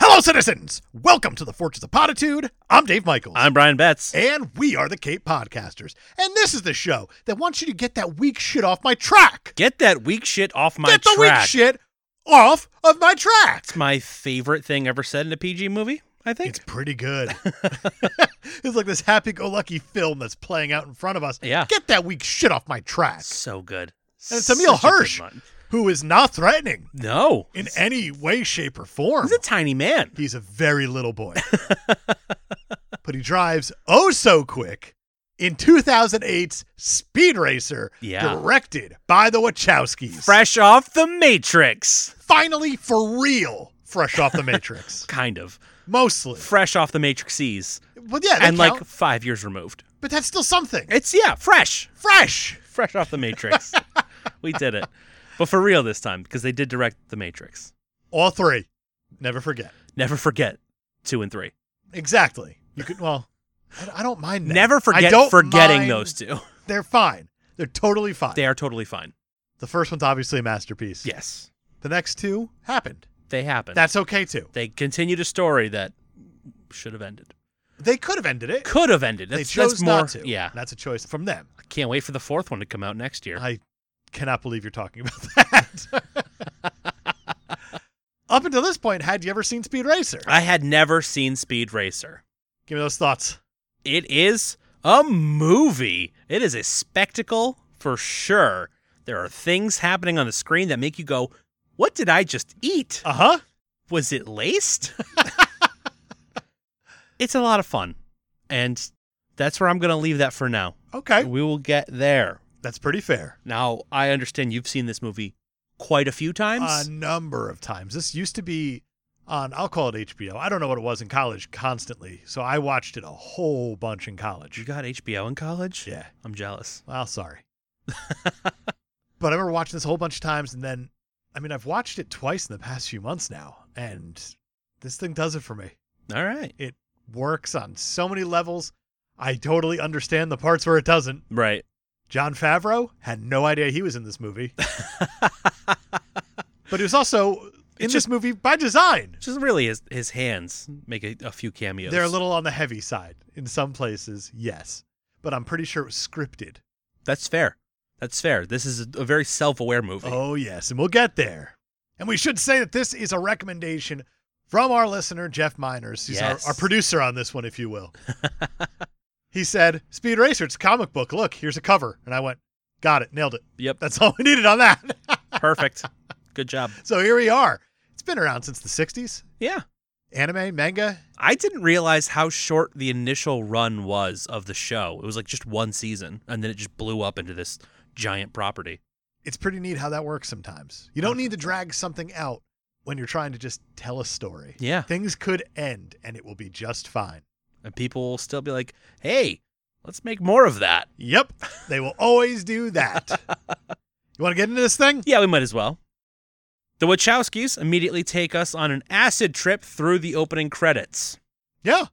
Hello, citizens! Welcome to the Fortress of Potitude. I'm Dave Michaels. I'm Brian Betts. and we are the Cape Podcasters. And this is the show that wants you to get that weak shit off my track. Get that weak shit off my get the track. weak shit off of my track. It's my favorite thing ever said in a PG movie, I think. It's pretty good. it's like this happy go lucky film that's playing out in front of us. Yeah. Get that weak shit off my track. so good. And it's Emil Such a good Hirsch. one. Who is not threatening No. in any way, shape, or form. He's a tiny man. He's a very little boy. but he drives oh so quick in 2008's Speed Racer, Yeah. directed by the Wachowskis. Fresh off the Matrix. Finally, for real, fresh off the Matrix. Kind of. Mostly. Fresh off the Matrixes. But yeah, they And like count. five years removed. but that's still something. It's, yeah, fresh. Fresh. Fresh off the Matrix. we did it. But for real this time, because they did direct the Matrix. All three. Never forget. Never forget two and three. Exactly. You could, well, I- I don't mind that. Never I forget don't forgetting mind- those two. They're fine. They're totally fine. They are totally fine. The first one's obviously a masterpiece. Yes. The next two happened. They happen. That's okay too. they continued a story that should have ended. They could have ended it. Could have ended. they That's, chose that's more, not to. Yeah. that's a choice from them. Can't wait for the fourth one to come out next year. I cannot believe you're talking about that. Up until this point, had you ever seen Speed Racer? I had never seen Speed Racer. Give me those thoughts. It is a movie. It is a spectacle for sure. There are things happening on the screen that make you go, "What did I just eat? Uh huh. Was it laced?" it's a lot of fun. And that's where I'm going to leave that for now. Okay, We will get there. that's pretty fair. Now, I understand you've seen this movie quite a few A times. number of times. This used to be on. I'll call it HBO. I don't know what it was in college. Constantly, so I watched it a whole bunch in you college. got HBO in college? Yeah. I'm jealous. Well, sorry. but I remember watching this a whole bunch of times, and then, I mean, I've watched it twice in the past few months now, and this thing does it for me. All right. It works on so many levels. I totally understand the parts where it doesn't. Right. John Favreau had no idea he was in this movie, but he was also in It's this movie by design. Just really his, his hands make a, a few cameos. They're a little on the heavy side in some places, yes, but I'm pretty sure it was scripted. That's fair. That's fair. This is a, a very self-aware movie. Oh, yes. And we'll get there. And we should say that this is a recommendation from our listener, Jeff Miners. He's Yes. our, our producer on this one, if you will. he said, Speed Racer, it's a comic book. Look, here's a cover. And I went, Got it. Nailed it. Yep. That's all we needed on that. Perfect. Good job. so here we are. It's been around since the 60s. Yeah. Anime, manga. I didn't realize how short the initial run was of the show. It was like just one season, and then it just blew up into this giant property. It's pretty neat how that works sometimes. You don't need to drag something out when you're trying to just tell a story. Yeah. Things could end and it will be just fine. And people will still be like, hey, let's make more of that. Yep, they will always do that. you want to get into this thing? Yeah, we might as well. The Wachowskis immediately take us on an acid trip through the opening credits. Yeah,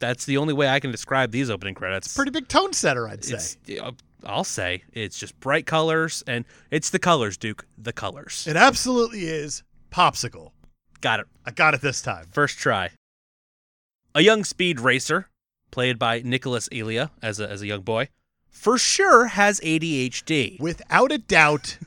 That's the only way I can describe these opening credits. pretty big tone setter, I'd say. It's, uh, I'll say it's just bright colors, and it's the colors, Duke. The colors. It absolutely is popsicle. Got it. I got it this time. First try. A young speed racer, played by Nicholas Elia as a, as a young boy, for sure has ADHD. Without a doubt,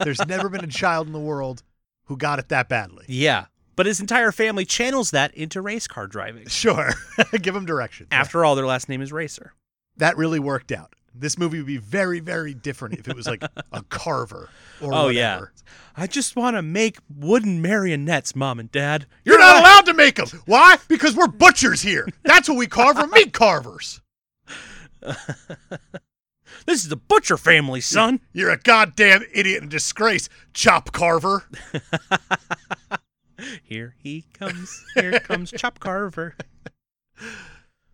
there's never been a child in the world who got it that badly. Yeah, but his entire family channels that into race car driving. Sure, give them direction. After all, their last name is Racer. that really worked out. This movie would be very, very different if it was like a carver or Oh, whatever. yeah. I just want to make wooden marionettes, mom and dad. You're not allowed to make them. Why? Because we're butchers here. That's what we carve. We're meat carvers. This is the butcher family, son. You're a goddamn idiot and disgrace, chop carver. Here he comes. Here comes Chop Carver.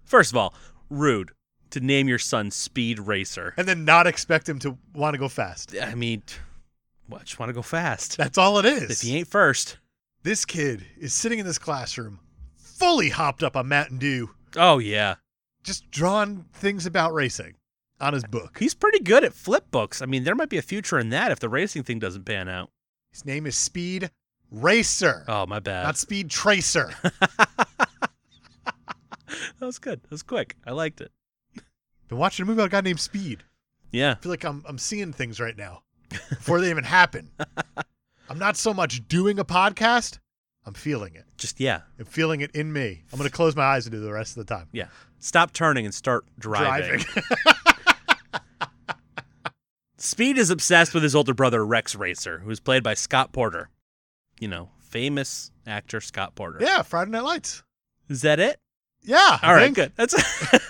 First of all, rude to name your son Speed Racer. and then not expect him to want to go fast. I mean, well, I just want to go fast. That's all it is. If he ain't first, this kid is sitting in this classroom, fully hopped up on Mountain Dew, oh yeah, just drawing things about racing on his book. he's pretty good at flip books. I mean, there might be a future in that if the racing thing doesn't pan out. His name is Speed Racer, Oh my bad. not Speed Tracer. that was good. That was quick. I liked it. Been watching a movie about a guy named Speed. Yeah. I feel like I'm I'm seeing things right now before they even happen. I'm not so much doing a podcast. I'm feeling it. Just yeah. I'm feeling it in me. I'm gonna close my eyes and do the rest of the time. Yeah. Stop turning and start driving. Speed is obsessed with his older brother Rex Racer, who's played by Scott Porter. You know, famous actor Scott Porter. yeah, Friday Night Lights. Is that it? Yeah. I All right, think. good. That's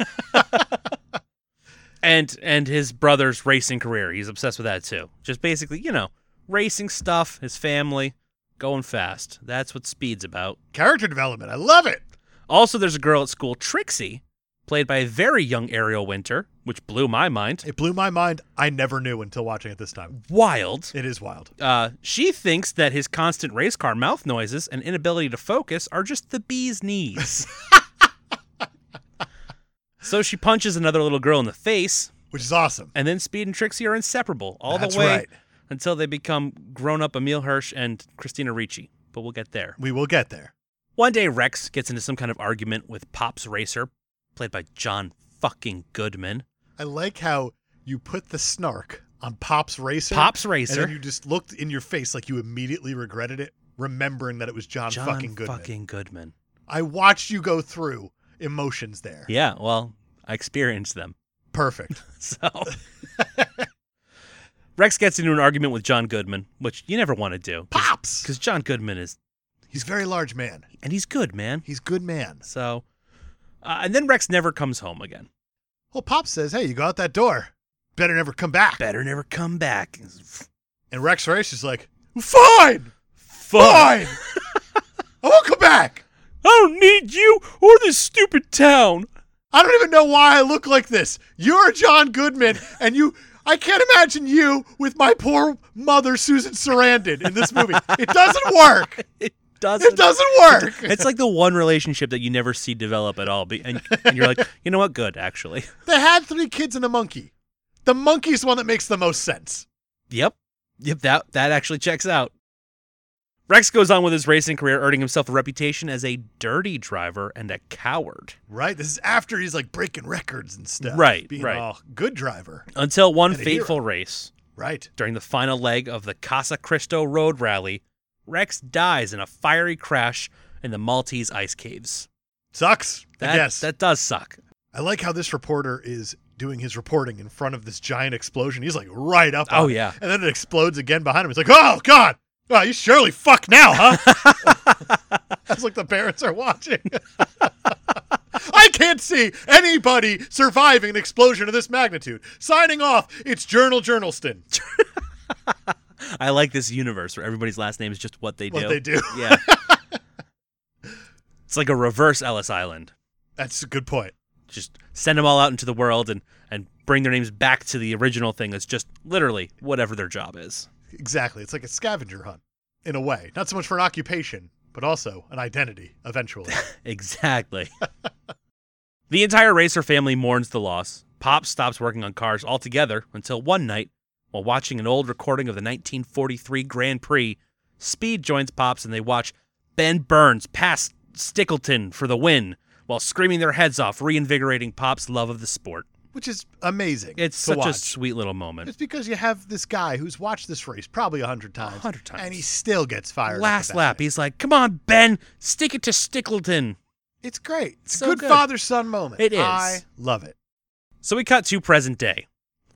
and and his brother's racing career. He's obsessed with that too. Just basically, you know, racing stuff, his family, going fast. That's what speed's about. Character development. I love it. Also, there's a girl at school, Trixie, played by a very young Ariel Winter, which blew my mind. It blew my mind. I never knew until watching it this time. Wild. It is wild. Uh, she thinks that his constant race car mouth noises and inability to focus are just the bee's knees. so she punches another little girl in the face, Which is awesome. and then Speed and Trixie are inseparable all That's the way right. until they become grown up Emil Hirsch and Christina Ricci. But we'll get there. We will get there. One day, Rex gets into some kind of argument with Pop's Racer, played by John fucking Goodman. I like how you put the snark on Pop's Racer. Pop's And Racer. then you just looked in your face like you immediately regretted it, remembering that it was John, John fucking Goodman. fucking Goodman. I watched you go through emotions there. Yeah, well, I experienced them. Perfect. So Rex gets into an argument with John Goodman, which you never want to do Pops. because John Goodman is He's a very large man. and he's good, man. He's a good man. So uh, and then Rex never comes home again. Well, Pop says, "Hey, you go out that door. Better never come back." Better never come back. And Rex Racer's like, "Fine, fine. I won't come back. I don't need you or this stupid town. I don't even know why I look like this. You're John Goodman, and you." I can't imagine you with my poor mother, Susan Sarandon, in this movie. It doesn't work. It doesn't. It doesn't work. It's like the one relationship that you never see develop at all. be- And, and you're like, you know what? Good, actually. They had three kids and a monkey. The monkey's the one that makes the most sense. Yep. Yep, that that actually checks out. Rex goes on with his racing career, earning himself a reputation as a dirty driver and a coward. Right? This is after he's like breaking records and stuff. Right, Being right. all good driver. Until one And a hero. fateful race, Right. during the final leg of the Casa Cristo Road Rally, Rex dies in a fiery crash in the Maltese ice caves. Sucks. That, I guess. that does suck. I like how this reporter is doing his reporting in front of this giant explosion. He's like right up. Oh, on it. yeah. And then it explodes again behind him. He's like, oh, God. Oh, you surely fuck now, huh? That's like the parents are watching. I can't see anybody surviving an explosion of this magnitude. Signing off, it's Journal Journalston. I like this universe where everybody's last name is just what they What do. they do. Yeah. it's like a reverse Ellis Island. That's a good point. just send them all out into the world and and bring their names back to the original thing that's just literally whatever their job is Exactly. It's like a scavenger hunt in a way. Not so much for an occupation, but also an identity eventually. exactly the entire racer family mourns the loss pop stops working on cars altogether until one night while watching an old recording of the 1943 grand prix speed joins pops and they watch ben burns pass stickleton for the win while screaming their heads off reinvigorating pop's love of the sport Which is amazing. it's to such a watch. sweet little moment It's because you have this guy who's watched this race probably a hundred times, 100 times. and he still gets fired. up last about lap, it. he's like, "Come on, Ben, stick it to Stickleton." It's great. It's So a good, good. father-son moment. It is. I love it. So we cut to present day,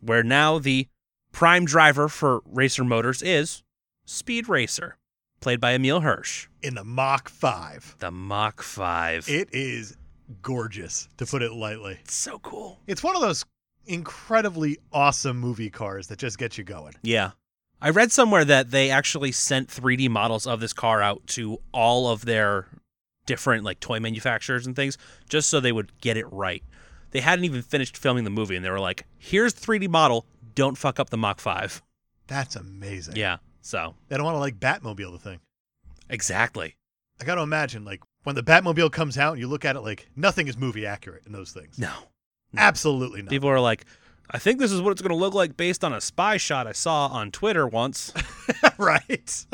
where now the prime driver for Racer Motors is Speed Racer, played by Emil Hirsch, In the Mach Five, the Mach Five. it is gorgeous to put it lightly. it's so cool. It's one of those incredibly awesome movie cars that just gets you going. Yeah, I read somewhere that they actually sent 3D models of this car out to all of their different like toy manufacturers and things just so they would get it right. They hadn't even finished filming the movie and they were like, "Here's the 3D model, don't fuck up the Mach 5." That's amazing. Yeah. So, They don't want to like Batmobile the thing. exactly. I got to imagine like when the Batmobile comes out and you look at it like nothing is movie accurate in those things. No. Mm. Absolutely not. People are like, "I think this is what it's going to look like based on a spy shot I saw on Twitter once." right.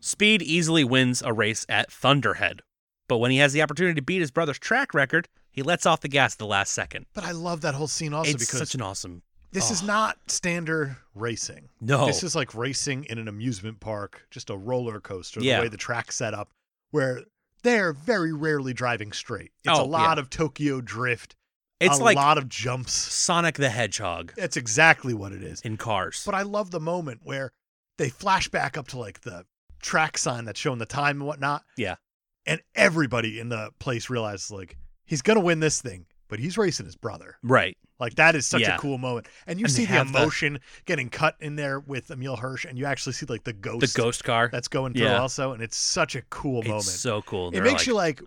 Speed easily wins a race at Thunderhead, but when he has the opportunity to beat his brother's track record, he lets off the gas at the last second. But I love that whole scene also it's because such an awesome. this is oh. not standard racing. No. This is like racing in an amusement park, just a roller coaster, Yeah. the way the track's set up, where they're very rarely driving straight. It's Oh, a lot of Tokyo drift, it's a like lot of jumps. Sonic the Hedgehog That's exactly what it is. in Cars. But I love the moment where they flash back up to like the track sign that's showing the time and whatnot. Yeah. And everybody in the place realizes like he's gonna win this thing, but he's racing his brother. right. Like that is such Yeah. a cool moment. And you And see they the have the- emotion getting cut in there with Emil Hirsch, and you actually see like the ghost, The ghost car. that's going through Yeah. also, and it's such a cool it's moment. so cool. And it they're makes like, you like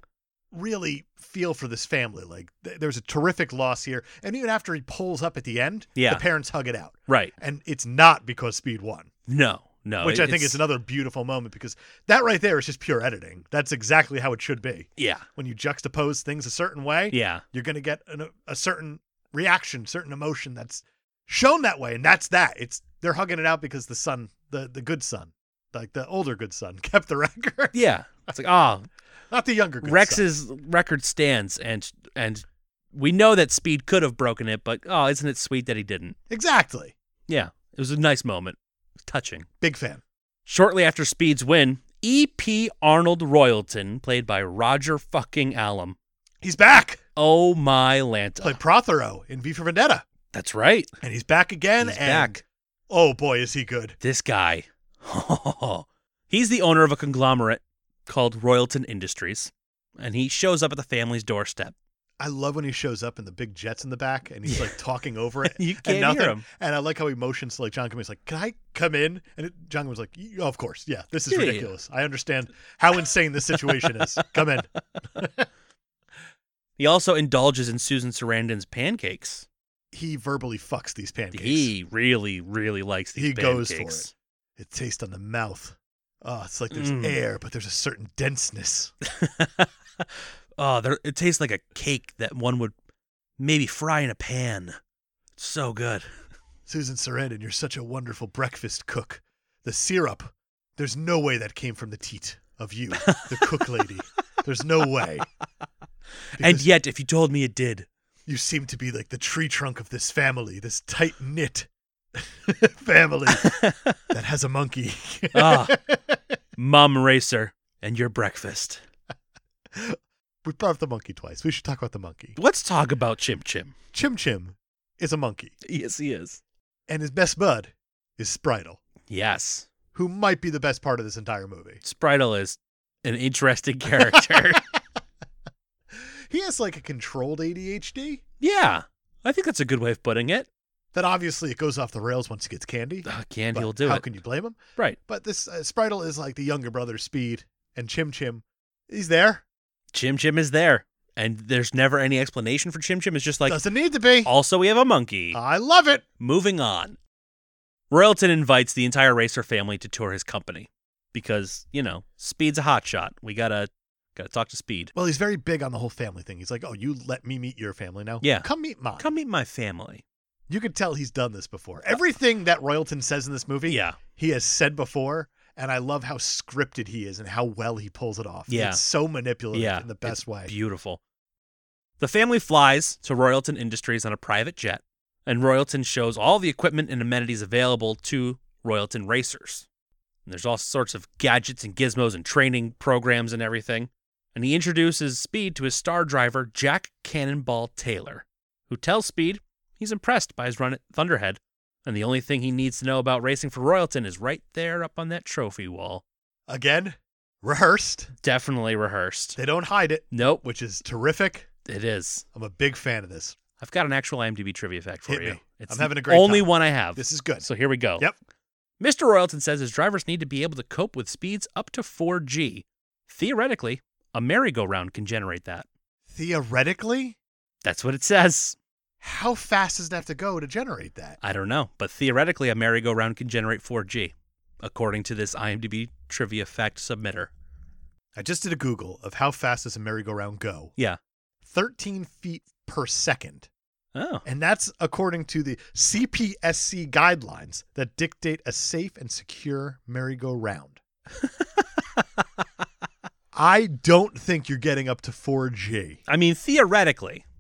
really feel for this family. Like th- there's a terrific loss here, and even after he pulls up at the end, Yeah. the parents hug it out, right. and it's not because Speed won, No. No. which it- I think is another beautiful moment because that right there is just pure editing. That's exactly how it should be. Yeah. When you juxtapose things a certain way, Yeah. you're going to get an, a certain reaction, certain emotion that's shown that way, and that's that. It's they're hugging it out because the son, the the good son, like the older good son, kept the record, Yeah. It's like, ah, not the younger. Good son. Rex's record stands and and we know that Speed could have broken it, but oh, isn't it sweet that he didn't? exactly. Yeah. It was a nice moment. Touching. Big fan. Shortly after Speed's win, E.P. Arnold Royalton, played by Roger fucking Allam. He's back. Oh my Lanta. Played Prothero in V for Vendetta, That's right. and he's back again. He's and back. oh boy, is he good! This guy. He's the owner of a conglomerate called Royalton Industries, and he shows up at the family's doorstep. I love when he shows up and the big jets in the back, and he's like talking over it. You and can't hear him. And I like how he motions to like John Goodman's like, "Can I come in?" And it, John Goodman's like, "Y- "Of course, yeah. This is Yeah, yeah, yeah. ridiculous. I understand how insane this situation is. Come in." He also indulges in Susan Sarandon's pancakes. He verbally fucks these pancakes. He really, really likes these He goes pancakes. for it. It tastes on the mouth. Oh, it's like there's Mm. air, but there's a certain denseness. oh, they're- it tastes like a cake that one would maybe fry in a pan. So good. Susan Sarandon, you're such a wonderful breakfast cook. The syrup, there's no way that came from the teat of you, the cook lady. There's no way. and Because yet, if you told me it did, you seem to be like the tree trunk of this family, this tight knit family that has a monkey. ah, Mom Racer and your breakfast. we brought up the monkey twice. We should talk about the monkey. Let's talk about Chim Chim. Chim Chim is a monkey, Yes, he is. and his best bud is Spritel, Yes. who might be the best part of this entire movie. Spritel is an interesting character. He has like a controlled ADHD. yeah. I think that's a good way of putting it. Then obviously it goes off the rails once he gets candy. Uh, Candy but will do how it. can you blame him? right. But this uh, Spritel is like the younger brother Speed, and Chim Chim, he's there. Chim Chim is there. And there's never any explanation for Chim Chim. It's just like, Doesn't need to be. also, we have a monkey. I love it. Moving on. Royalton invites the entire Racer family to tour his company because, you know, Speed's a hotshot. We gotta gotta talk to Speed. Well, he's very big on the whole family thing. He's like, "Oh, you let me meet your family now. Yeah. come meet mine." Come meet my family. You could tell he's done this before. Everything that Royalton says in this movie, Yeah. he has said before, and I love how scripted he is and how well he pulls it off. Yeah. it's so manipulative Yeah, in the it's best way. Beautiful. The family flies to Royalton Industries on a private jet, and Royalton shows all the equipment and amenities available to Royalton racers. And there's all sorts of gadgets and gizmos and training programs and everything. And he introduces Speed to his star driver, Jack Cannonball Taylor, who tells Speed he's impressed by his run at Thunderhead, and the only thing he needs to know about racing for Royalton is right there up on that trophy wall. Again, rehearsed. Definitely rehearsed. They don't hide it, Nope, which is terrific. it is. I'm a big fan of this. I've got an actual IMDb trivia fact for Hit you. me. It's I'm the having a great only time. one I have. This is good. So here we go. Yep. Mr. Royalton says his drivers need to be able to cope with speeds up to 4G. Theoretically, a merry-go-round can generate that. Theoretically, That's what it says. how fast does it have to go to generate that? I don't know, but theoretically, a merry-go-round can generate 4G, according to this IMDb trivia fact submitter. I just did a Google of how fast does a merry-go-round go. Yeah. 13 feet per second. Oh. And that's according to the CPSC guidelines that dictate a safe and secure merry-go-round. I don't think you're getting up to 4G. I mean, theoretically.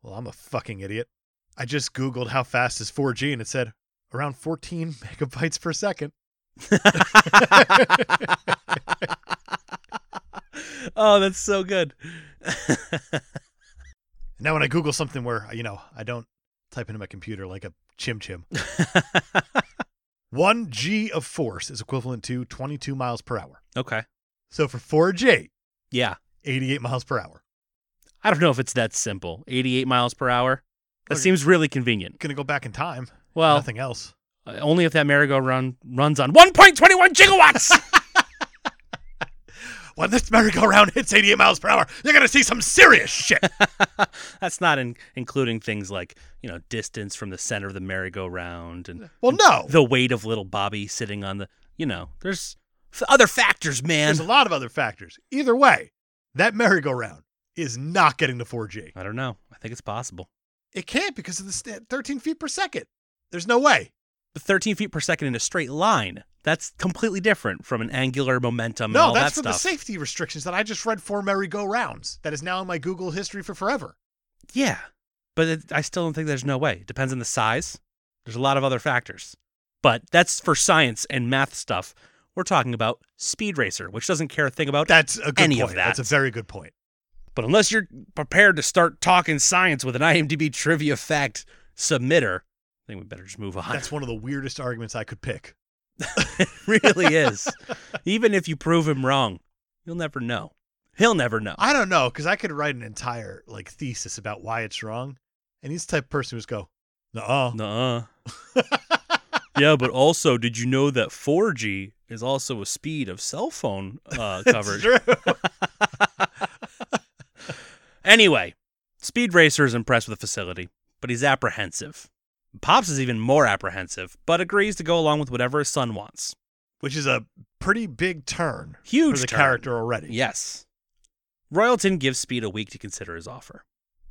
Well, I'm a fucking idiot. I just Googled how fast is 4G and it said around 14 megabytes per second. oh, that's so good. Now, when I Google something where, you know, I don't type into my computer like a chim chim, one G of force is equivalent to 22 miles per hour. okay. So for 4G, Yeah. 88 miles per hour. I don't know if it's that simple. 88 miles per hour. That Okay. seems really convenient. Gonna go back in time. Well, Nothing else. uh, only if that merry-go-round runs on 1.21 gigawatts. When this merry-go-round hits 88 miles per hour, you're gonna see some serious shit. That's not in- including things like, you know, distance from the center of the merry-go-round and Uh, well, no. the weight of little Bobby sitting on the, you know, there's f- other factors, man. There's a lot of other factors. Either way, that merry-go-round is not getting to 4G. I don't know. I think it's possible. It can't because of the st- 13 feet per second. There's no way. But 13 feet per second in a straight line, that's completely different from an angular momentum um, and no, all that's that for the stuff. safety restrictions that I just read for merry-go-rounds. That is now in my Google history for forever. Yeah, but it, I still don't think there's no way. It depends on the size. There's a lot of other factors. But that's for science and math stuff. We're talking about Speed Racer, which doesn't care a thing about That's a good Any of point. that. That's a very good point. But unless you're prepared to start talking science with an IMDb trivia fact submitter, I think we better just move on. That's one of the weirdest arguments I could pick. it really is. Even if you prove him wrong, you'll never know. He'll never know. I don't know because I could write an entire like thesis about why it's wrong, and he's the type of person who's go, no, Nuh-uh. yeah, but also, did you know that 4G is also a speed of cell phone uh, coverage? Anyway, Speed Racer is impressed with the facility, but he's apprehensive. Pops is even more apprehensive, but agrees to go along with whatever his son wants. which is a pretty big turn Huge for the turn. character already. Yes. Royalton gives Speed a week to consider his offer.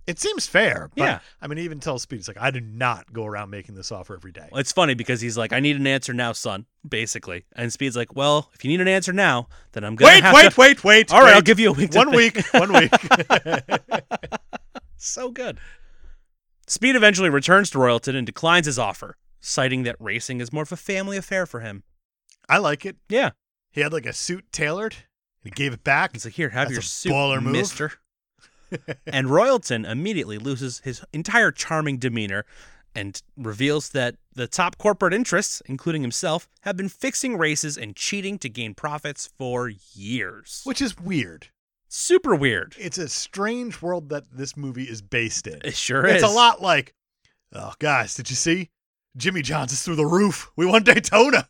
It seems fair, but Yeah. I mean, he even tells Speed, it's like, I do not go around making this offer every day. It's funny because he's like, "I need an answer now, son," basically, and Speed's like, "Well, if you need an answer now, then I'm gonna Wait, have wait, to." wait, wait. All right, I'll wait. give you a week. to one think. week, one week. So good. Speed eventually returns to Royalton and declines his offer, citing that racing is more of a family affair for him. I like it. Yeah. He had like a suit tailored and he gave it back. He's like, here, have That's your a suit, baller move." mister. and Royalton immediately loses his entire charming demeanor and reveals that the top corporate interests, including himself, have been fixing races and cheating to gain profits for years. Which is weird. Super weird. It's a strange world that this movie is based in. It sure it's is. a lot like, oh, guys, did you see? Jimmy John's is through the roof. We won Daytona.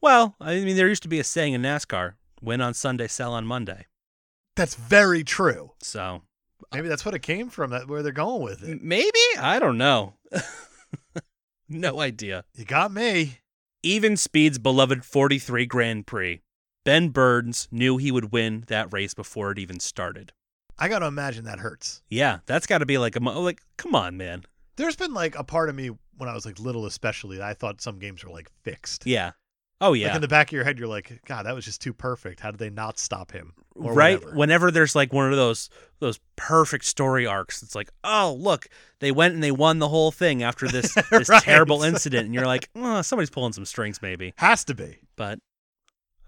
well, I mean, there used to be a saying in NASCAR win on Sunday, sell on Monday. That's very true. So Maybe that's what it came from, that where they're going with it. Maybe? I don't know. no idea. You got me. Even Speed's beloved 43 Grand Prix, Ben Burns knew he would win that race before it even started. I got to imagine that hurts. Yeah, that's got to be like a mo- like come on, man. There's been like a part of me when I was like little, especially, that I thought some games were like fixed. Yeah. Oh Like yeah. in the back of your head, you're like, God, that was just too perfect. How did they not stop him? Or right? whatever. Whenever there's like one of those those perfect story arcs, it's like, "Oh, look, they went and they won the whole thing after this this Right. terrible incident." And you're like, oh, somebody's pulling some strings maybe." Has to be. But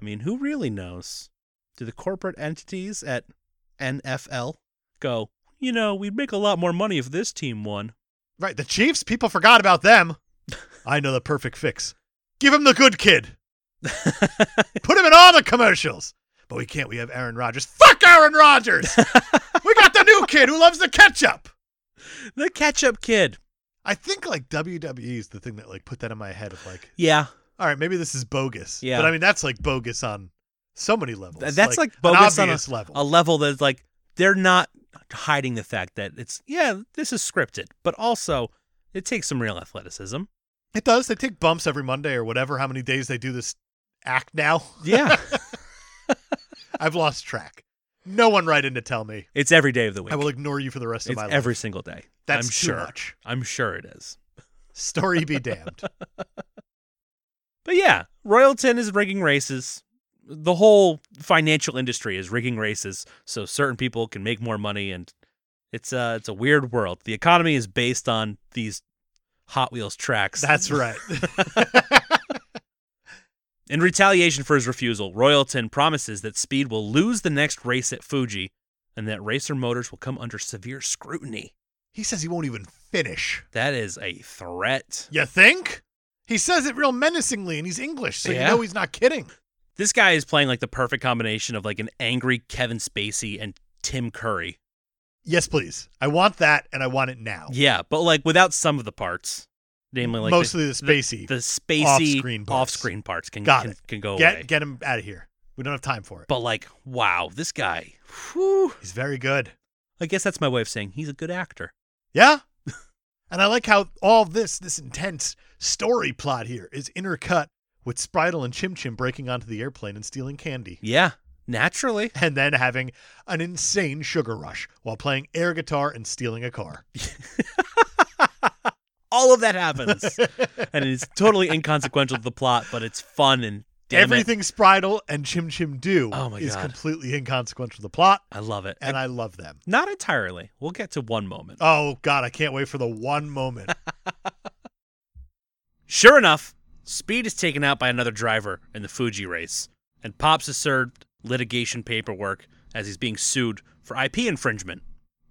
I mean, who really knows? Do the corporate entities at NFL go, you know, we'd make a lot more money if this team won? Right. The Chiefs, people forgot about them. I know the perfect fix. Give him the good kid. Put him in all the commercials. But we can't. We have Aaron Rodgers. Fuck Aaron Rodgers. we got the new kid who loves the ketchup. the catch up kid. I think like WWE is the thing that like put that in my head of like, Yeah. all right, maybe this is bogus. Yeah. But I mean, that's like bogus on so many levels. Th- that's, like, an bogus on obvious level. A level that's like they're not hiding the fact that it's yeah, this is scripted, but also it takes some real athleticism. it does. They take bumps every Monday or whatever. How many days they do this act now? Yeah. I've lost track. No one write in to tell me. it's every day of the week. I will ignore you for the rest of it's my life. every single day. That's I'm too sure. much. I'm sure it is. Story be damned. But yeah, Royalton is rigging races. The whole financial industry is rigging races so certain people can make more money and it's a it's a weird world. The economy is based on these Hot Wheels tracks. That's right. In retaliation for his refusal, Royalton promises that Speed will lose the next race at Fuji and that racer motors will come under severe scrutiny. he says he won't even finish. That is a threat. You think? He says it real menacingly and he's English, so Yeah. you know he's not kidding. This guy is playing like the perfect combination of like an angry Kevin Spacey and Tim Curry. Yes, please. I want that and I want it now. Oh. Yeah, but like without some of the parts, namely like Mostly the, spacey. the, the spacey off-screen parts. off-screen parts can Got can, it. can go get away. get him out of here. We don't have time for it. But like, wow, this guy. Whew. He's very good. I guess that's my way of saying he's a good actor. Yeah. and I like how all this, this intense story plot here is intercut with Spritel and Chim Chim breaking onto the airplane and stealing candy. Yeah, naturally. And then having an insane sugar rush while playing air guitar and stealing a car. All of that happens. and it's totally inconsequential to the plot, but it's fun and damn it, Everything Spritel and Chim Chim do Oh my is God. completely inconsequential to the plot, I love it. and I love them. Not entirely. We'll get to one moment. Oh God, I can't wait for the one moment. Sure enough, Speed is taken out by another driver in the Fuji race, and Pops is served litigation paperwork as he's being sued for IP infringement.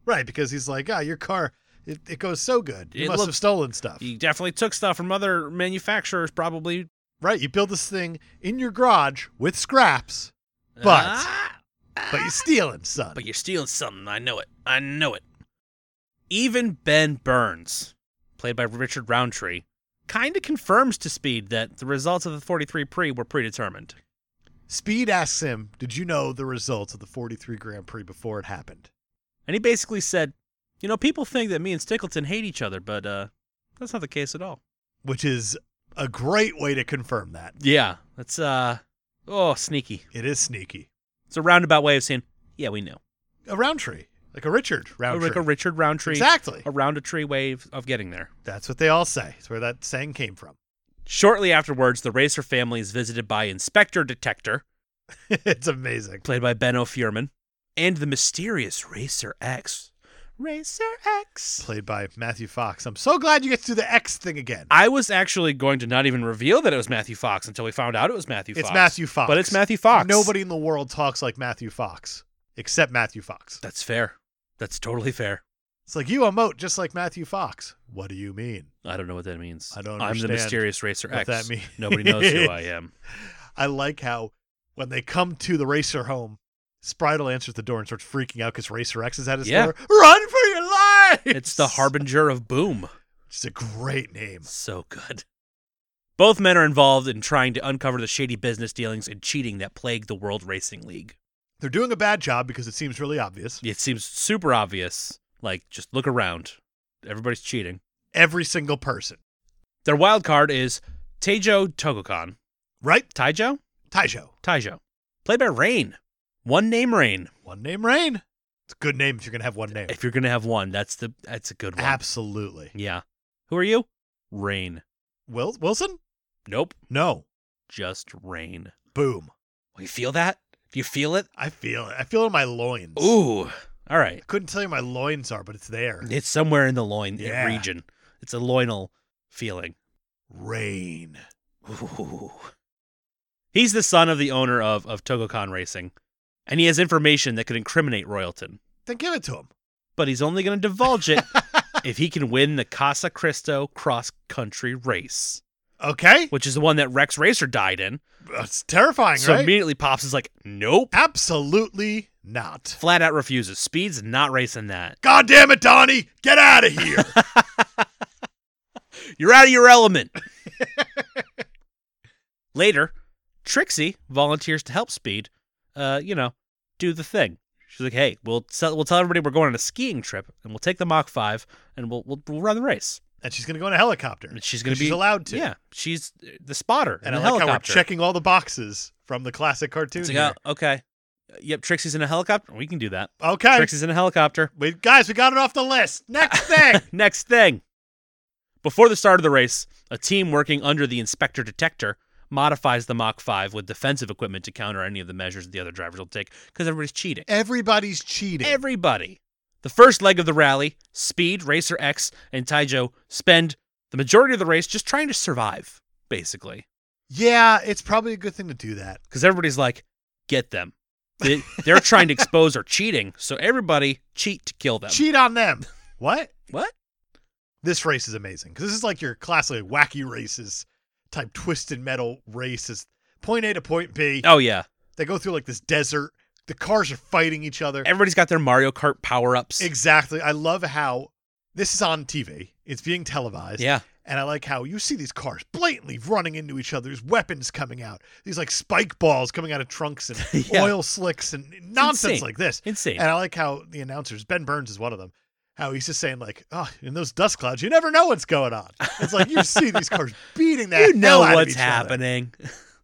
right, because he's like, ah, your car, it, it goes so good. You It must looks- e have stolen stuff. He definitely took stuff from other manufacturers, probably. Right, you build this thing in your garage with scraps, But- Ah, but you're stealing, son. but you're stealing something. I know it. I know it. Even Ben Burns, played by Richard Roundtree, kind of confirms to Speed that the results of the 43 pre were predetermined. Speed asks him, "Did you know the results of the 43 Grand Prix before it happened?" And he basically said, You know, people think that me and Stickleton hate each other, but uh, that's not the case at all. Which is a great way to confirm that. Yeah, that's uh oh sneaky. It is sneaky. It's a roundabout way of saying yeah we knew. A Roundtree, like a Richard Roundtree. Like a Richard Roundtree, Exactly. a round a tree way of- of getting there. That's what they all say. It's where that saying came from. Shortly afterwards, the racer family is visited by Inspector Detector, it's amazing. played by Ben O'Fearman, and the mysterious Racer X. Racer X. Played by Matthew Fox. I'm so glad you get to do the X thing again. I was actually going to not even reveal that it was Matthew Fox until we found out it was Matthew It's Fox. Matthew Fox. But it's Matthew Fox. Nobody in the world talks like Matthew Fox except Matthew Fox. That's fair. That's totally fair. It's like you emote just like Matthew Fox. What do you mean? I don't know what that means. I don't I'm the understand mysterious Racer what X. that means. Nobody knows who I am. I like how when they come to the racer home, Spritel answers the door and starts freaking out because Racer X is at his Yeah. door. Run for your life! It's the harbinger of boom. It's a great name. So good. Both men are involved in trying to uncover the shady business dealings and cheating that plague the World Racing League. They're doing a bad job because it seems really obvious. It seems super obvious. Like, just look around. Everybody's cheating. Every single person, Their wild card is Taijo Togokan. right? Taijo? Taijo. Taijo. Played by Rain. One name Rain. One name, Rain. It's a good name if you're gonna have one name. If you're gonna have one, that's the that's a good one. Absolutely. Yeah. Who are you? Rain. Will Wilson? Nope. No. Just Rain. Boom. You feel that? Do you feel it? I feel it. I feel it in my loins. Ooh. All right. I couldn't tell you where my loins are, but it's there. It's somewhere in the loin Yeah. region. It's a loinal feeling. Rain. Ooh. He's the son of the owner of, of Togokan Racing, and he has information that could incriminate Royalton. Then give it to him. But he's only going to divulge it if he can win the Casa Cristo cross country race, Okay. which is the one that Rex Racer died in. That's terrifying, so right? immediately Pops is like, nope. Absolutely not. Flat out refuses. Speed's not racing that. God damn it, Donnie! Get out of here! You're out of your element. Later, Trixie volunteers to help Speed, uh, you know, do the thing. She's like, "Hey, we'll tell, we'll tell everybody we're going on a skiing trip, and we'll take the Mach Five, and we'll we'll, we'll run the race." And she's going to go in a helicopter. And she's going to She's be allowed to. Yeah, she's the spotter And in the I like how we're helicopter. checking all the boxes from the classic cartoon. It's like, here. oh, okay. Yep, Trixie's in a helicopter. We can do that. okay. Trixie's in a helicopter. We, guys, we got it off the list. Next thing. Next thing. Before the start of the race, a team working under the inspector detector modifies the Mach 5 with defensive equipment to counter any of the measures the other drivers will take because everybody's cheating. Everybody's cheating. Everybody. The first leg of the rally, Speed, Racer X, and Taijo spend the majority of the race just trying to survive, basically. yeah, it's probably a good thing to do that. Because everybody's like, get them. They, they're trying to expose our cheating, so everybody cheat to kill them. Cheat on them. What? What? This race is amazing because this is like your classic wacky races type twisted metal races. Point A to point B. Oh, yeah. They go through like this desert. The cars are fighting each other. Everybody's got their Mario Kart power ups. Exactly. I love how this is on TV. It's being televised. Yeah. And I like how you see these cars blatantly running into each other. There's weapons coming out. These like spike balls coming out of trunks and Yeah. oil slicks and nonsense insane. like this. Insane. And I like how the announcers, Ben Burns is one of them, how he's just saying, like, oh, in those dust clouds, you never know what's going on. It's like you see these cars beating that. you know hell out of what's each other. happening.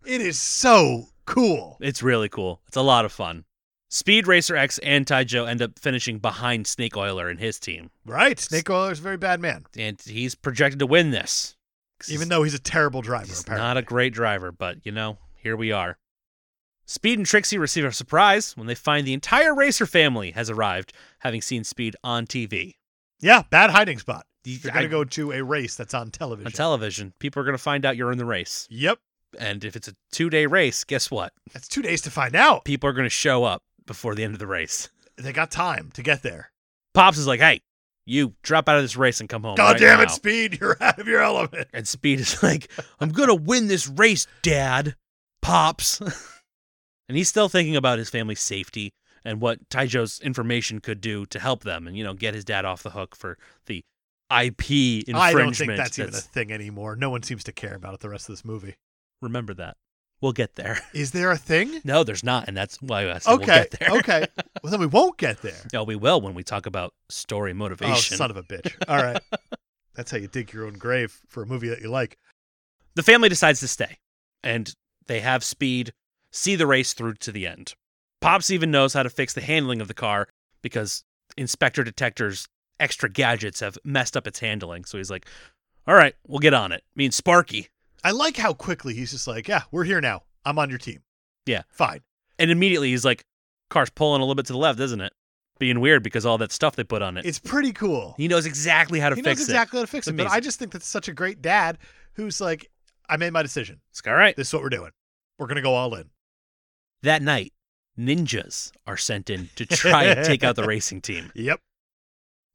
It is so cool. It's really cool. It's a lot of fun. Speed Racer X and Taijo end up finishing behind Snake Oiler and his team, Right? Snake Oiler's a very bad man, and he's projected to win this. 'Cause even though he's a terrible driver, he's apparently. not a great driver, but you know, here we are. Speed and Trixie receive a surprise when they find the entire Racer family has arrived, having seen Speed on TV. Yeah, bad hiding spot. You- If You're going I- to go to a race that's on television. on television. People are going to find out you're in the race, yep. and if it's a two-day race, guess what? That's two days to find out. People are going to show up before the end of the race. They got time to get there. Pops is like, "Hey, you drop out of this race and come home." God Oh, right damn it, now." Speed. You're out of your element. And Speed is like, "I'm gonna win this race, Dad." Pops, and he's still thinking about his family's safety and what Taijo's information could do to help them, and you know, get his dad off the hook for the IP infringement. I don't think that's, even a that's- thing anymore. No one seems to care about it the rest of this movie. remember that. We'll get there. Is there a thing? No, there's not, and that's why I said we'll Okay. get there. okay. Well, then we won't get there. No, we will when we talk about story motivation. Oh, son of a bitch. All right. That's how you dig your own grave for a movie that you like. the family decides to stay and they have speed see the race through to the end pops even knows how to fix the handling of the car because inspector detectors extra gadgets have messed up its handling so he's like all right we'll get on it me and sparky I like how quickly he's just like, yeah, we're here now. I'm on your team. Yeah. Fine. and immediately he's like car's pulling a little bit to the left isn't it being weird because all that stuff they put on it It's pretty cool. Uh, he knows exactly how to He knows fix exactly how to fix It's it. But I amazing. just think that's such a great dad who's like, I made my decision. it it's like, all right This is what we're doing. We're going to go all in. that night ninjas are sent in to try and take out the racing team Yep.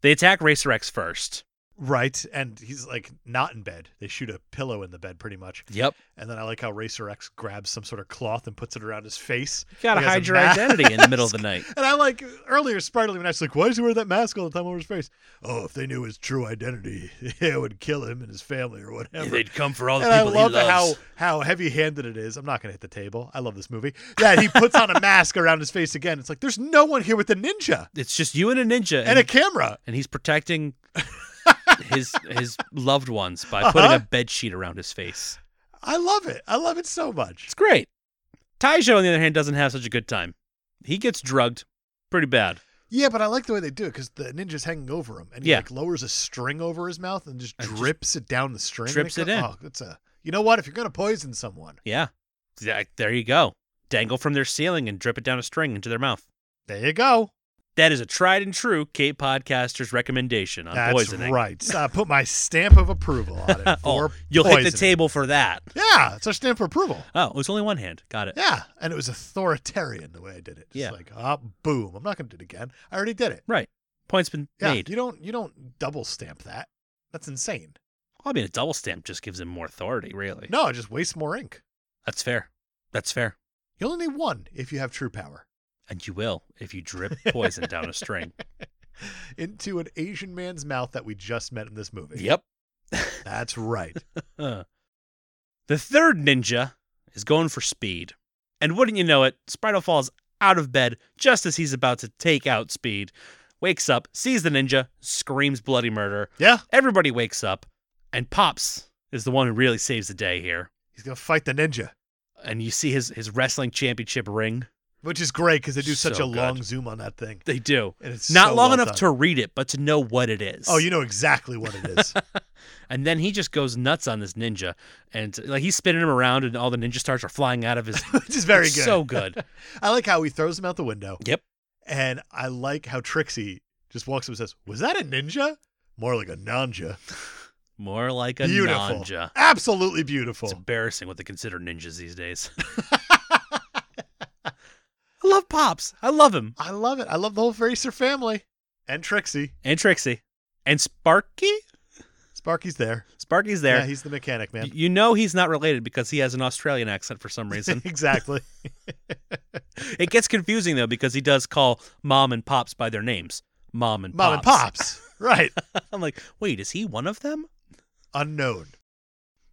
they attack racer x first Right. And he's like, not in bed. They shoot a pillow in the bed pretty much. yep And then I like how Racer X grabs some sort of cloth and puts it around his face. you gotta He has a hide your mask. identity in the middle of the night And I like earlier Sprightly when I was like, why does he wear that mask all the time over his face? Oh, if they knew his true identity, it would kill him and his family or Yeah, whatever. They'd come for all the and I people love he how loves. how heavy handed it is. I'm not gonna hit the table. I love this movie. That he puts on a mask around his face again. It's like there's no one here with a ninja It's just you and a ninja, and, and a camera. and he's protecting his his loved ones by putting a Uh-huh. bed sheet around his face. I love it. I love it so much. It's great. Taijo, on the other hand, doesn't have such a good time. He gets drugged pretty bad. Yeah, but I like the way they do it because the ninja's hanging over him and he Yeah. like lowers a string over his mouth and just And just drips it down the string. and drips it co- in. Oh, that's a you know what? If you're gonna poison someone, Yeah. Yeah, There you go. Dangle from their ceiling and drip it down a string into their mouth. there you go. That is a tried and true Kate Podcaster's recommendation on That's poisoning. right. I put my stamp of approval on it Oh, for you'll poisoning. hit the table for that. Yeah, it's our stamp of approval. Oh, it was only one hand. Got it. Yeah, and it was authoritarian the way I did it. Just Yeah. like, ah, boom. I'm not going to do it again. I already did it. Right. Point's been Yeah, made. you don't you don't double stamp that. That's insane. Well, I mean, a double stamp just gives him more authority, really. No, it just wastes more ink. That's fair. That's fair. You only need one if you have true power And you will if you drip poison down a string. into an Asian man's mouth that we just met in this movie. Yep. That's right. Huh. The third ninja is going for speed. And wouldn't you know it, Sprito falls out of bed just as he's about to take out Speed, wakes up, sees the ninja, screams bloody murder. Yeah. Everybody wakes up, and Pops is the one who really saves the day here. He's going to fight the ninja, And you see his, his wrestling championship ring. which is great because they do such So a good. long zoom on that thing. They do. And it's Not so long well enough done. to read it, but to know what it is. Oh, you know exactly what it is. And then he just goes nuts on this ninja, and like he's spinning him around, and all the ninja stars are flying out of his. which is very It's good. So good. I like how he throws him out the window. Yep. And I like how Trixie just walks up and says, Was that a ninja? More like a ninja. More like a beautiful. ninja. Absolutely It's beautiful. embarrassing what they consider ninjas these days. I love Pops. I love him. I love it. I love the whole Fraser family. And Trixie. And Trixie. And Sparky? Sparky's there. Sparky's there. Yeah, he's the mechanic, man. Y- you know he's not related because he has an Australian accent for some reason. exactly. it gets confusing though because he does call mom and pops by their names. Mom and Mom and pops. Pops. Right. I'm like, wait, is he one of them? Unknown.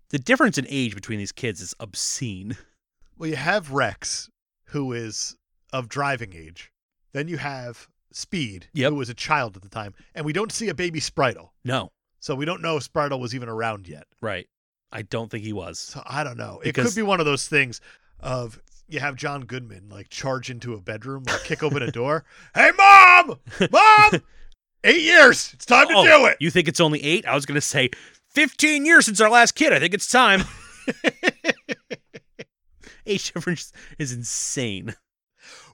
The difference in age between these kids is obscene. Well, you have Rex, who is of driving age. Then you have Speed, Yep. who was a child at the time. And we don't see a baby Spritel. No, So we don't know if Spritel was even around yet. right. I don't think he was. So I don't know. It Because- could be one of those things of you have John Goodman like charge into a bedroom, like kick open a door. Hey, mom, mom, eight years. It's time to Oh, do it. You think it's only eight? I was going to say 15 years since our last kid. I think it's time. Age difference is insane.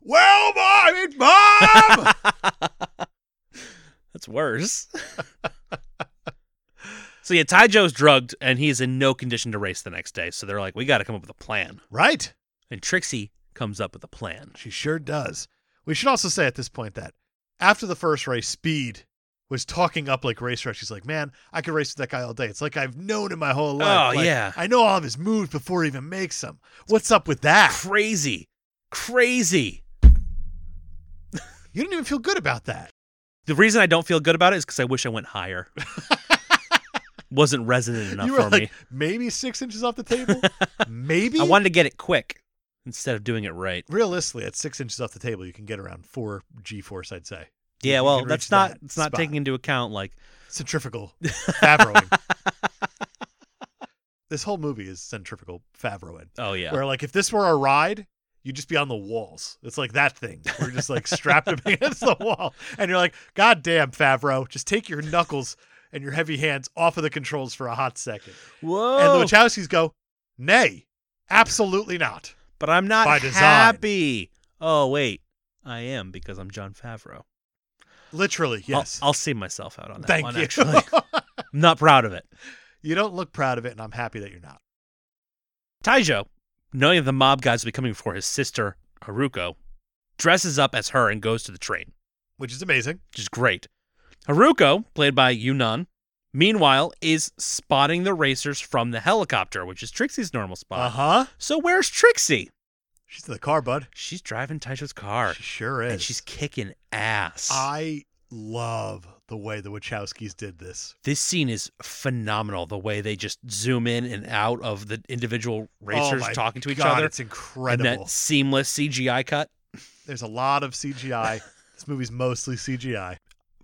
Well, mom, I mean, mom. That's worse. so yeah, Taijo's drugged and he is in no condition to race the next day. So they're like, we got to come up with a plan. right? And Trixie comes up with a plan. She sure does. We should also say at this point that after the first race, Speed was talking up like race She's like, man, I could race with that guy all day. It's like I've known him my whole life. Oh, Like, yeah. I know all of his moves before he even makes them. What's up with that? Crazy, crazy. You didn't even feel good about that. The reason I don't feel good about it is because I wish I went higher. Wasn't resonant enough you were for like me. maybe six inches off the table. maybe. I wanted to get it quick instead of doing it right. Realistically, at six inches off the table, you can get around four G force, I'd say. Yeah, you well, can that's reach not that it's not spot. taking into account like Centrifugal favroing. this whole movie is centrifugal favroing, oh yeah. where like if this were a ride, you'd just be on the walls. It's like that thing. We're just like strapped up against the wall, and you're like, God damn, Favreau, just take your knuckles and your heavy hands off of the controls for a hot second. Whoa. And the Wachowskis go, Nay, absolutely not. but I'm not by design. happy. Oh wait. I am because I'm John Favreau. Literally, I'll- yes. I'll, see myself out on that Thank one you. actually. I'm not proud of it. you don't look proud of it, and I'm happy that you're not. Taijo, knowing that the mob guys will be coming for his sister, Haruko, dresses up as her and goes to the train, Which is amazing. which is great. Haruko, played by Yunnan, meanwhile, is spotting the racers from the helicopter, which is Trixie's normal spot. huh. So where's Trixie? Uh-huh. She's in the car, bud. She's driving Taijo's car. She sure is. and she's kicking ass. I love the way the Wachowskis did this. this scene is phenomenal. The way they just zoom in and out of the individual Oh racers my talking to each God, other, It's and incredible. that seamless CGI cut There's a lot of CGI. this movie's mostly CGI.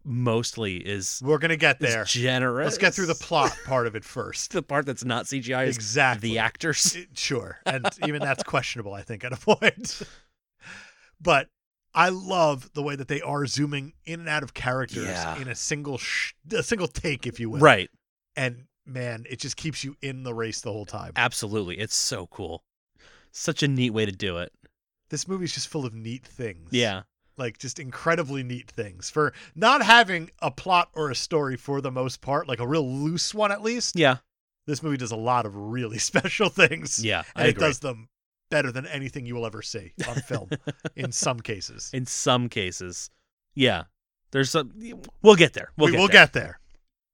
mostly is, We're gonna get is there. generous. Let's get through the plot part of it first. the part that's not CGI is exactly. the actors. It- sure. And even that's questionable, I think, at a point. but I love the way that they are zooming in and out of characters Yeah. in a single sh- a single take, if you will. Right, And man, it just keeps you in the race the whole time. absolutely. It's so cool. Such a neat way to do it. This movie's just full of neat things. Yeah, Like just incredibly neat things for not having a plot or a story for the most part, like a real loose one at least. yeah, This movie does a lot of really special things. yeah. And I it agree. does them better than anything you will ever see on film in some cases. In some cases, yeah. There's some. We'll get there. We'll we get will there. get there.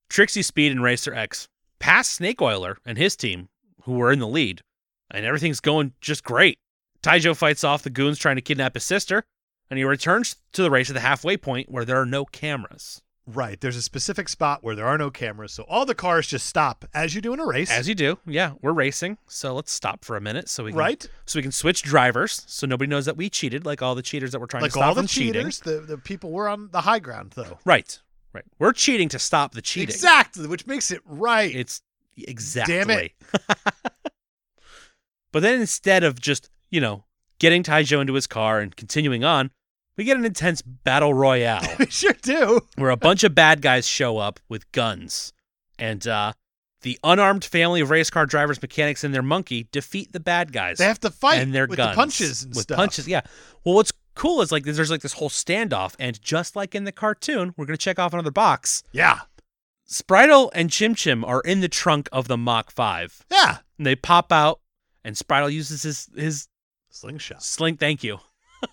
Trixie Speed and Racer X pass Snake Oiler and his team, who were in the lead, and everything's going just great. Taijo fights off the goons trying to kidnap his sister, and he returns to the race at the halfway point where there are no cameras. Right. There's a specific spot where there are no cameras, so all the cars just stop as you do in a race. As you do, yeah, we're racing, so let's stop for a minute so we can, right? so we can switch drivers, so nobody knows that we cheated, like all the cheaters that we're trying to Like stop all the from cheating. cheaters, the, the people were on the high ground though. Right, right. We're cheating to stop the cheating. Exactly, which makes it right. It's exactly. it. but then instead of just you know getting Taijo into his car and continuing on, we get an intense battle royale. we sure do. where a bunch of bad guys show up with guns. And uh, the unarmed family of race car drivers, mechanics, and their monkey defeat the bad guys. They have to fight and their with guns. the punches and with stuff. punches, yeah. Well, what's cool is like there's like this whole standoff, and just like in the cartoon, we're gonna check off another box. Yeah. Spritel and Chim Chim are in the trunk of the Mach Five, Yeah. and they pop out, and Spritel uses his his Slingshot. sling. Thank you.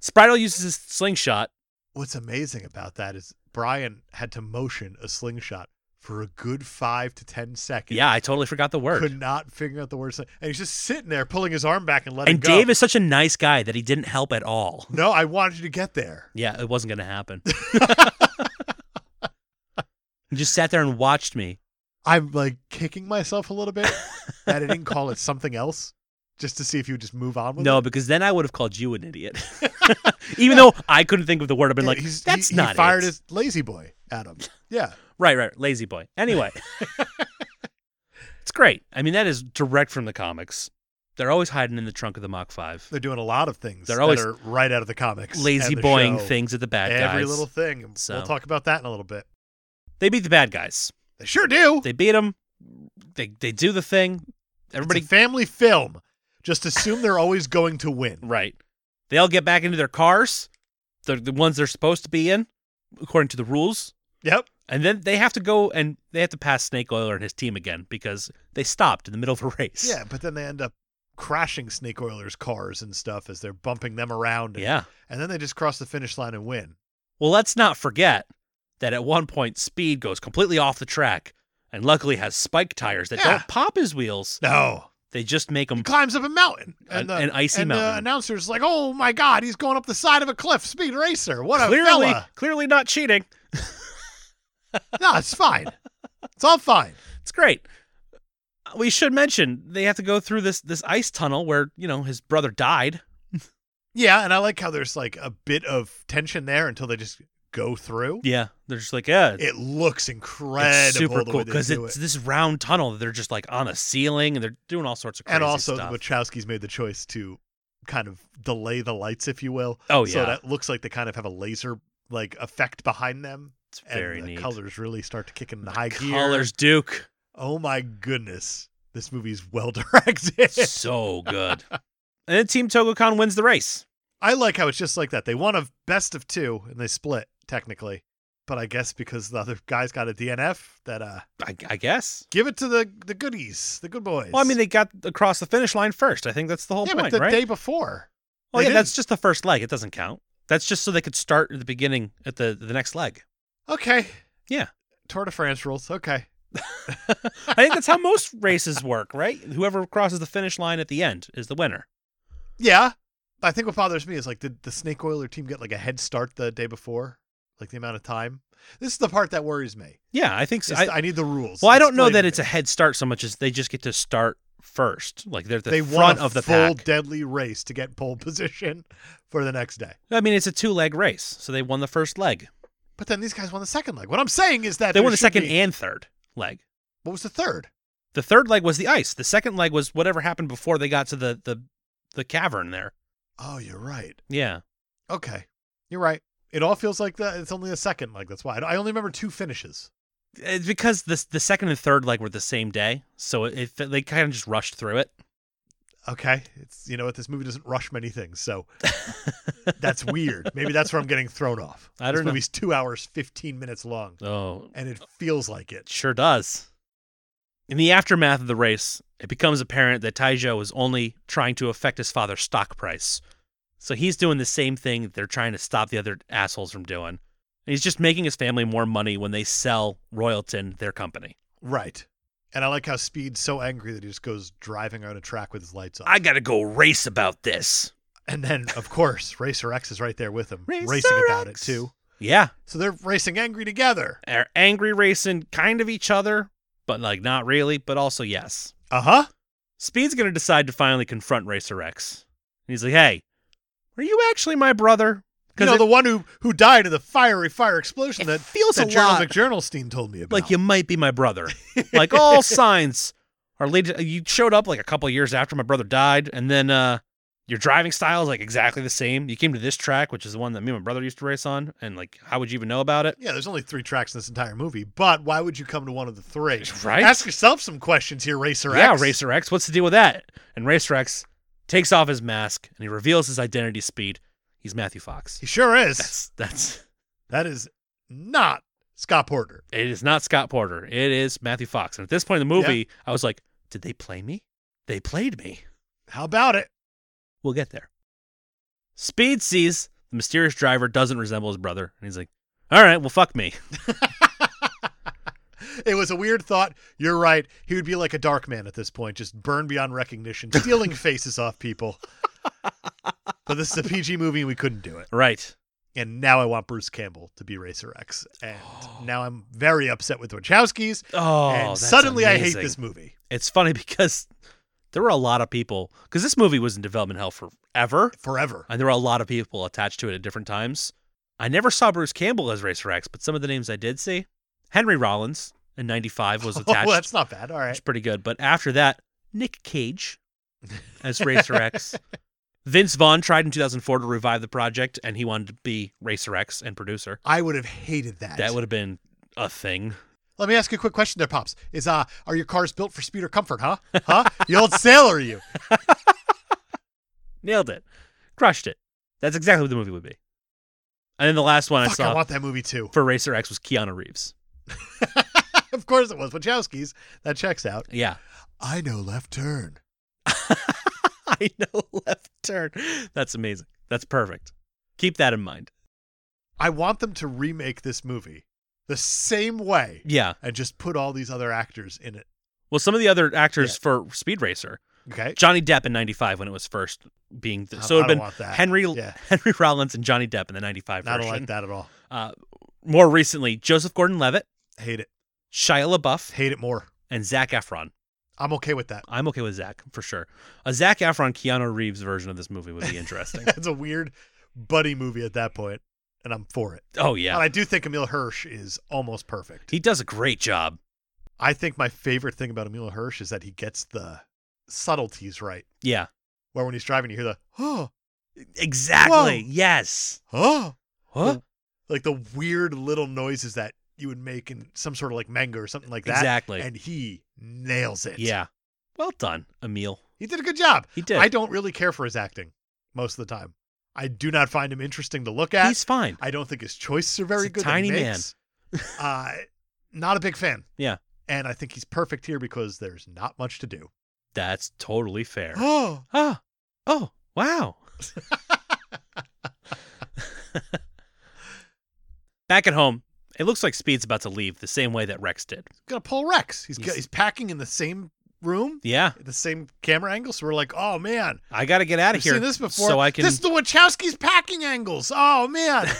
Spritel uses his slingshot. What's amazing about that is Brian had to motion a slingshot for a good five to ten seconds. Yeah, I totally forgot the word. Could not figure out the word. sling- And he's just sitting there pulling his arm back and letting And go. Dave is such a nice guy that he didn't help at all. No, I wanted you to get there. Yeah, it wasn't going to happen. He just sat there and watched me. I'm like kicking myself a little bit that I didn't call it something else just to see if you would just move on with No, it. because then I would have called you an idiot. Even though I couldn't think of the word, I've been Yeah, like, he's, that's he, not he fired it. his lazy boy at him. Yeah. Right, right. Lazy boy. Anyway, it's great. I mean, that is direct from the comics. They're always hiding in the trunk of the Mach 5. They're doing a lot of things They're that always are right out of the comics. Lazy and the boying show. things at the bad Every guys. little thing. And So- We'll talk about that in a little bit. They beat the bad guys. They sure do. They beat them. They, they do the thing. Everybody It's a family film. Just assume they're always going to win. Right. They all get back into their cars, the the ones they're supposed to be in, according to the rules. Yep. And then they have to go and they have to pass Snake Oiler and his team again because they stopped in the middle of a race. Yeah, but then they end up crashing Snake Oiler's cars and stuff as they're bumping them around. And, Yeah. and then they just cross the finish line and win. Well, let's not forget that at one point Speed goes completely off the track and luckily has spike tires that Yeah. don't pop his wheels. No. They just make him climbs up a mountain. An- an icy and mountain. the announcer's like, oh my God, he's going up the side of a cliff. Speed racer. What a clearly fella. clearly not cheating. No, it's fine. It's all fine. It's great. We should mention they have to go through this this ice tunnel where, you know, his brother died. Yeah, and I like how there's like a bit of tension there until they just go through. Yeah. They're just like, yeah, It looks incredible. It's super the cool way they because do it's it. this round tunnel that they're just like on a ceiling and they're doing all sorts of crazy and also stuff. the Wachowskis made the choice to kind of delay the lights, if you will. oh yeah, So that looks like they kind of have a laser like effect behind them. it's And very the neat. colors really start to kick in the high gear. Colors Duke, Oh my goodness. This movie's well directed. so good. And then Team Togokan wins the race. I like how it's just like that. They won a best of two and they split, technically. But I guess because the other guys got a DNF that uh I, I guess. give it to the the goodies, the good boys. Well, I mean, they got across the finish line first. I think that's the whole yeah, point, but the right? day before. oh they yeah, that's didn't. just the first leg. It doesn't count. That's just so they could start at the beginning at the the next leg. Okay. Yeah. Tour de France rules. Okay. I think that's how most races work, right? Whoever crosses the finish line at the end is the winner. Yeah. I think what bothers me is like did the snake oiler team get like a head start the day before? Like the amount of time? This is the part that worries me. Yeah, I think so. It's- I- I, need the rules. Well, I don't know Explain that to it's a me. head start so much as they just get to start first. Like they're at the they front won a of the full pack. deadly race to get pole position for the next day. I mean, it's a two leg race, so they won the first leg. But then these guys won the second leg. What I'm saying is that They won there the should second be- and third leg. what was the third? The third leg was the ice. The second leg was whatever happened before they got to the the, the cavern there. Oh, you're right. Yeah. Okay, you're right. It all feels like that. It's only a second leg. That's why I I only remember two finishes. It's because the the second and third leg were the same day, so it, it they kind of just rushed through it. Okay, it's you know what this movie doesn't rush many things, so that's weird. Maybe that's where I'm getting thrown off. I this don't know. Movie's two hours fifteen minutes long, Oh, and it feels like It it. sure does. In the aftermath of the race, it becomes apparent that Taijo is only trying to affect his father's stock price. So he's doing the same thing that they're trying to stop the other assholes from doing. And he's just making his family more money when they sell Royalton, their company. Right. And I like how Speed's so angry that he just goes driving on a track with his lights on. I gotta go race about this. and then, of course, Racer X is right there with him, Racer racing about it X. too. Yeah. So they're racing angry together. They're angry racing kind of each other, but like not really, but also yes. Uh huh. Speed's going to decide to finally confront Racer X. And he's like, hey, are you actually my brother? You know, the one who who died in the fiery fire explosion It that feels that a Gerald lot- McJournalstein told me about. like you might be my brother. like all signs are leading. uh, You showed up like a couple years after my brother died, and then uh, your driving style is like exactly the same. You came to this track, which is the one that me and my brother used to race on, and like, how would you even know about it? yeah, there's only three tracks in this entire movie, but why would you come to one of the three? Right? Ask yourself some questions here, Racer yeah, X. Racer X. What's the deal with that? And Racer X takes off his mask and he reveals his identity. Speed. He's Matthew Fox. He sure is. That's that's. That is not Scott Porter. It is not Scott Porter. It is Matthew Fox. And at this point in the movie, Yeah. I was like, did they play me? They played me. How about it? We'll get there. Speed sees the mysterious driver doesn't resemble his brother, and he's like, "All right, well, fuck me." It was a weird thought. You're right. He would be like a dark man at this point, just burned beyond recognition, stealing faces off people. But this is a PG movie and we couldn't do it. Right? And now I want Bruce Campbell to be Racer X. And now I'm very upset with the Wachowskis. Oh, and that's suddenly I hate amazing. this movie. It's funny because there were a lot of people because this movie was in development hell forever, Forever. and there were a lot of people attached to it at different times. I never saw Bruce Campbell as Racer X, but some of the names I did see, Henry Rollins in '95 was attached. well, Oh, that's not bad. All right. It's pretty good. But after that, Nick Cage as Racer X. Vince Vaughn tried in 2004 to revive the project, and he wanted to be Racer X and producer. I would have hated that. That would have been a thing. Let me ask you a quick question there, Pops. Is uh are your cars built for speed or comfort, huh? Huh? you old sailor you. Nailed it. Crushed it. That's exactly what the movie would be. And then the last one I Fuck, saw I want that movie too. for Racer X was Keanu Reeves. of course it was. Wachowskis. That checks out. Yeah. I know left turn. I know left turn. That's amazing. That's perfect. Keep that in mind. I want them to remake this movie the same way Yeah. and just put all these other actors in it. Well, some of the other actors for Speed Racer, Okay. Johnny Depp in 95 when it was first being, I- th- so it would I have don't been want that. Henry Yeah. Henry Rollins and Johnny Depp in the 95 I don't version. like that at all. Uh, more recently, Joseph Gordon-Levitt, Hate it. Shia LaBeouf, Hate it more. and Zach Efron. I'm okay with that. I'm okay with Zach for sure. A Zach Efron, Keanu Reeves version of this movie would be interesting. That's a weird buddy movie at that point, and I'm for it. oh yeah, And I do think Emil Hirsch is almost perfect. he does a great job. I think my favorite thing about Emil Hirsch is that he gets the subtleties right. Yeah, Where when he's driving, you hear the, oh, exactly. Whoa. Yes. oh, Huh? like the weird little noises that you would make in some sort of like manga or something like that. Exactly. And he nails it. yeah. Well done, Emil. He did a good job. He did. I don't really care for his acting most of the time. I do not find him interesting to look at. He's fine. I don't think his choices are very He's a good. that tiny he man. makes. uh, not a big fan. Yeah. And I think he's perfect here because there's not much to do. That's totally fair. Oh, oh, oh, wow. Back at home, it looks like Speed's about to leave the same way that Rex did. gonna pull Rex. He's he's, He's- he's packing in the same room, Yeah, the same camera angle. So we're like, oh man, I got to get out of I've here. seen this before. So I can. This is the Wachowskis packing angles. Oh man,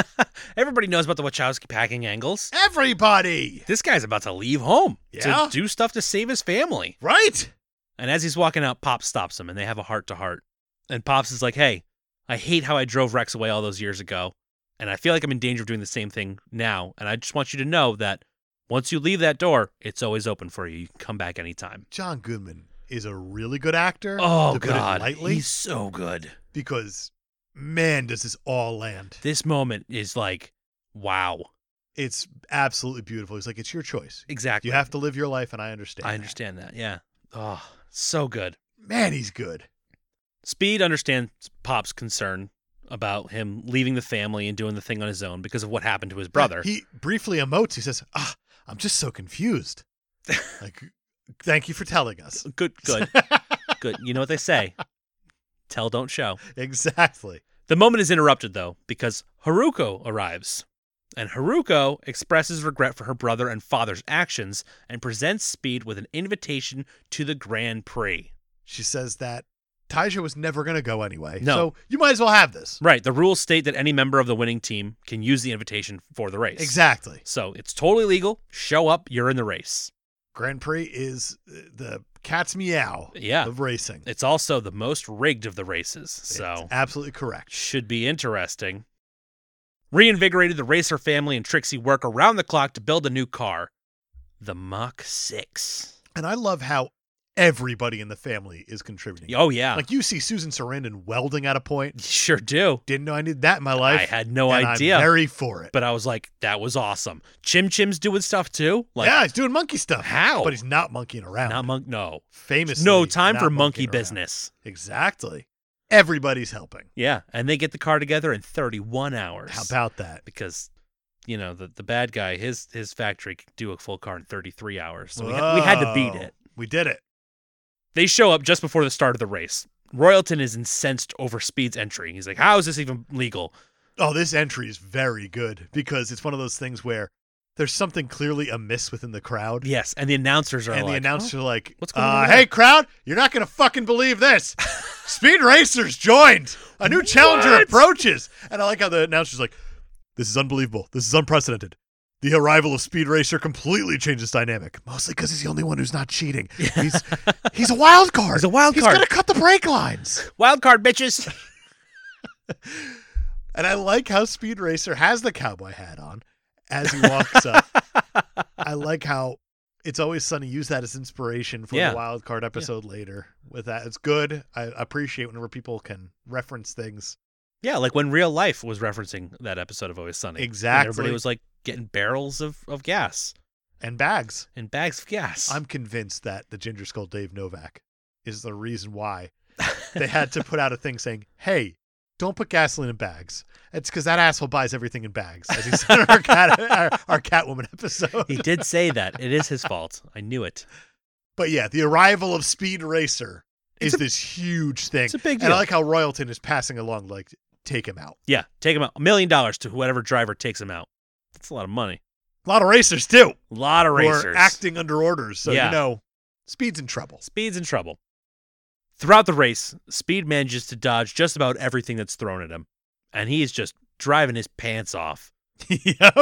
Everybody knows about the Wachowski packing angles. everybody, This guy's about to leave home Yeah. to do stuff to save his family. right? And as he's walking out, Pops stops him and they have a heart to heart. And Pops is like, hey, I hate how I drove Rex away all those years ago. And I feel like I'm in danger of doing the same thing now. And I just want you to know that once you leave that door, it's always open for you. You can come back anytime. John Goodman is a really good actor. Oh, to put it God. lightly, He's so good. because man, does this all land? This moment is like, wow. It's absolutely beautiful. He's like, it's your choice. Exactly. You have to live your life, and I understand. I that. understand that. Yeah. Oh, so good. Man, he's good. Speed understands Pop's concern about him leaving the family and doing the thing on his own because of what happened to his brother. He briefly emotes. He says, "Ah, I'm just so confused." like, thank you for telling us. good, good, good. You know what they say tell, don't show. exactly. The moment is interrupted, though, because Haruko arrives. And Haruko expresses regret for her brother and father's actions and presents Speed with an invitation to the Grand Prix. She says that Taija was never going to go anyway. No. So you might as well have this. Right. The rules state that any member of the winning team can use the invitation for the race. Exactly. So it's totally legal. Show up, you're in the race. Grand Prix is uh, the cat's meow Yeah. of racing. It's also the most rigged of the races. So It's absolutely correct. should be interesting. Reinvigorated, the racer family and Trixie work around the clock to build a new car, the Mach 6. And I love how everybody in the family is contributing. Oh, yeah. Like you see Susan Sarandon welding at a point. sure do. Didn't know I needed that in my life. I had no and idea. I'm very for it. but I was like, that was awesome. Chim Chim's doing stuff too? Like, yeah, he's doing monkey stuff. How? But he's not monkeying around. not monk. No. Famous. No time for monkey business. Exactly. Everybody's helping. Yeah. And they get the car together in 31 hours. How about that? because you know the the bad guy his his factory could do a full car in 33 hours so we, ha- we had to beat Whoa. it We did it. they show up just before the start of the race royalton is incensed over speed's entry he's like how is this even legal Oh, this entry is very good because it's one of those things where there's something clearly amiss within the crowd. yes and the announcers are and the like, "Oh, announcer like, what's going uh, on hey crowd, you're not gonna fucking believe this. Speed Racers joined. A new challenger What? approaches. And I like how the announcer's like, this is unbelievable. This is unprecedented. The arrival of Speed Racer completely changes dynamic, mostly because he's the only one who's not cheating. He's he's a wild card. He's a wild He's card. gonna cut the brake lines. "Oh, wild card bitches And I like how Speed Racer has the cowboy hat on as he walks up. I like how it's always sunny. Use that as inspiration for Yeah. the wild card episode later. With that, it's good. I appreciate whenever people can reference things. yeah like when real life was referencing that episode of always sunny when Exactly. everybody was like getting barrels of, of gas And bags. and bags of gas I'm convinced that the Ginger Skull Dave Novak is the reason why they had to put out a thing saying, "Hey, don't put gasoline in bags." It's because that asshole buys everything in bags, as he said in our, cat, our, our Catwoman episode. he did say that it is his fault i knew it But yeah, the arrival of Speed Racer is It's a- this huge thing. it's a big And I deal. like how Royalton is passing along, like, take him out. yeah take him out a million dollars to whatever driver takes him out that's a lot of money A lot of racers, too, A lot of who racers. are acting under orders. So, Yeah. you know, Speed's in trouble. Speed's in trouble. Throughout the race, Speed manages to dodge just about everything that's thrown at him, and he is just driving his pants off. yep.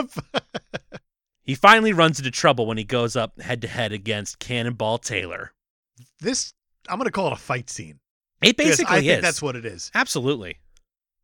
He finally runs into trouble when he goes up head to head against Cannonball Taylor. This, I'm going to call it a fight scene. It because basically I is. think that's what it is. Absolutely.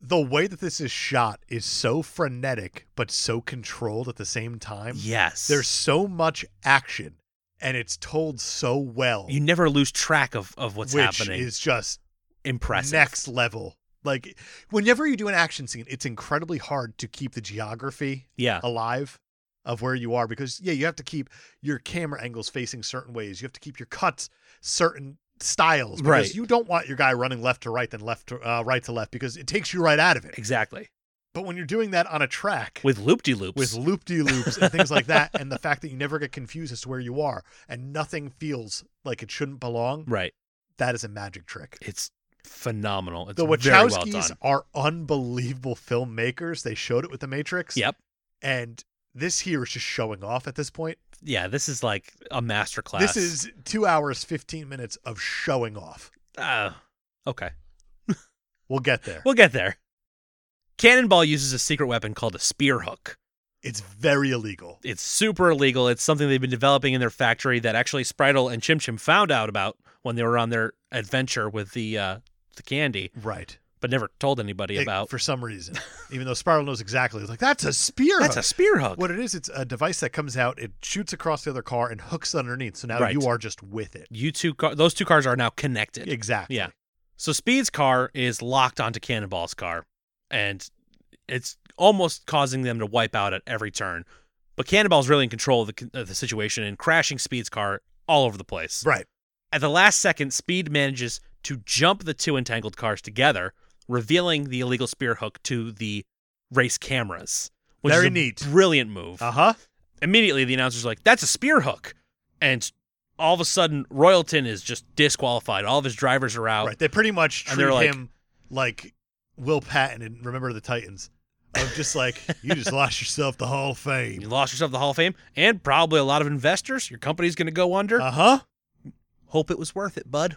The way that this is shot is so frenetic, but so controlled at the same time. Yes. There's so much action, and it's told so well, you never lose track of, of what's which happening. is just Impressive. next level. Like whenever you do an action scene, it's incredibly hard to keep the geography Yeah. alive of where you are because yeah, you have to keep your camera angles facing certain ways. You have to keep your cuts certain styles because Right. you don't want your guy running left to right then left to uh, right to left because it takes you right out of it. Exactly. But when you're doing that on a track With loop de loops. with loop de loops and things like that, and the fact that you never get confused as to where you are and nothing feels like it shouldn't belong, right. that is a magic trick. It's phenomenal. It's the very well Wachowskis done. are unbelievable filmmakers. They showed it with The Matrix. Yep. And this here is just showing off at this point. Yeah. This is like a masterclass. This is two hours, 15 minutes of showing off. Uh, okay. We'll get there. We'll get there. Cannonball uses a secret weapon called a spear hook. It's very illegal. It's super illegal. It's something they've been developing in their factory that actually Spritel and Chim Chim found out about when they were on their adventure with the uh, the candy, Right. but never told anybody It- about. for some reason. Even though Spiral knows exactly. It's like, that's a spear. That's a hook." spear hook. What it is, it's a device that comes out, it shoots across the other car and hooks underneath. So now Right. you are just with it. You two, car- those two cars are now connected. Exactly. Yeah. So Speed's car is locked onto Cannonball's car, and it's almost causing them to wipe out at every turn. But Cannonball's really in control of the, of the situation and crashing Speed's car all over the place. Right. At the last second, Speed manages to jump the two entangled cars together, revealing the illegal spear hook to the race cameras. Which Very is a neat. Brilliant move. Uh huh. Immediately, the announcer's like, that's a spear hook. And all of a sudden, Royalton is just disqualified. All of his drivers are out. Right. They pretty much And treat they're like- him like Will Patton and Remember the Titans. Of just like, you just lost yourself the Hall of You Fame. lost yourself the Hall of Fame and probably a lot of investors. Your company's Uh, Uh-huh. going to go under. Uh huh. Hope it was worth it, bud.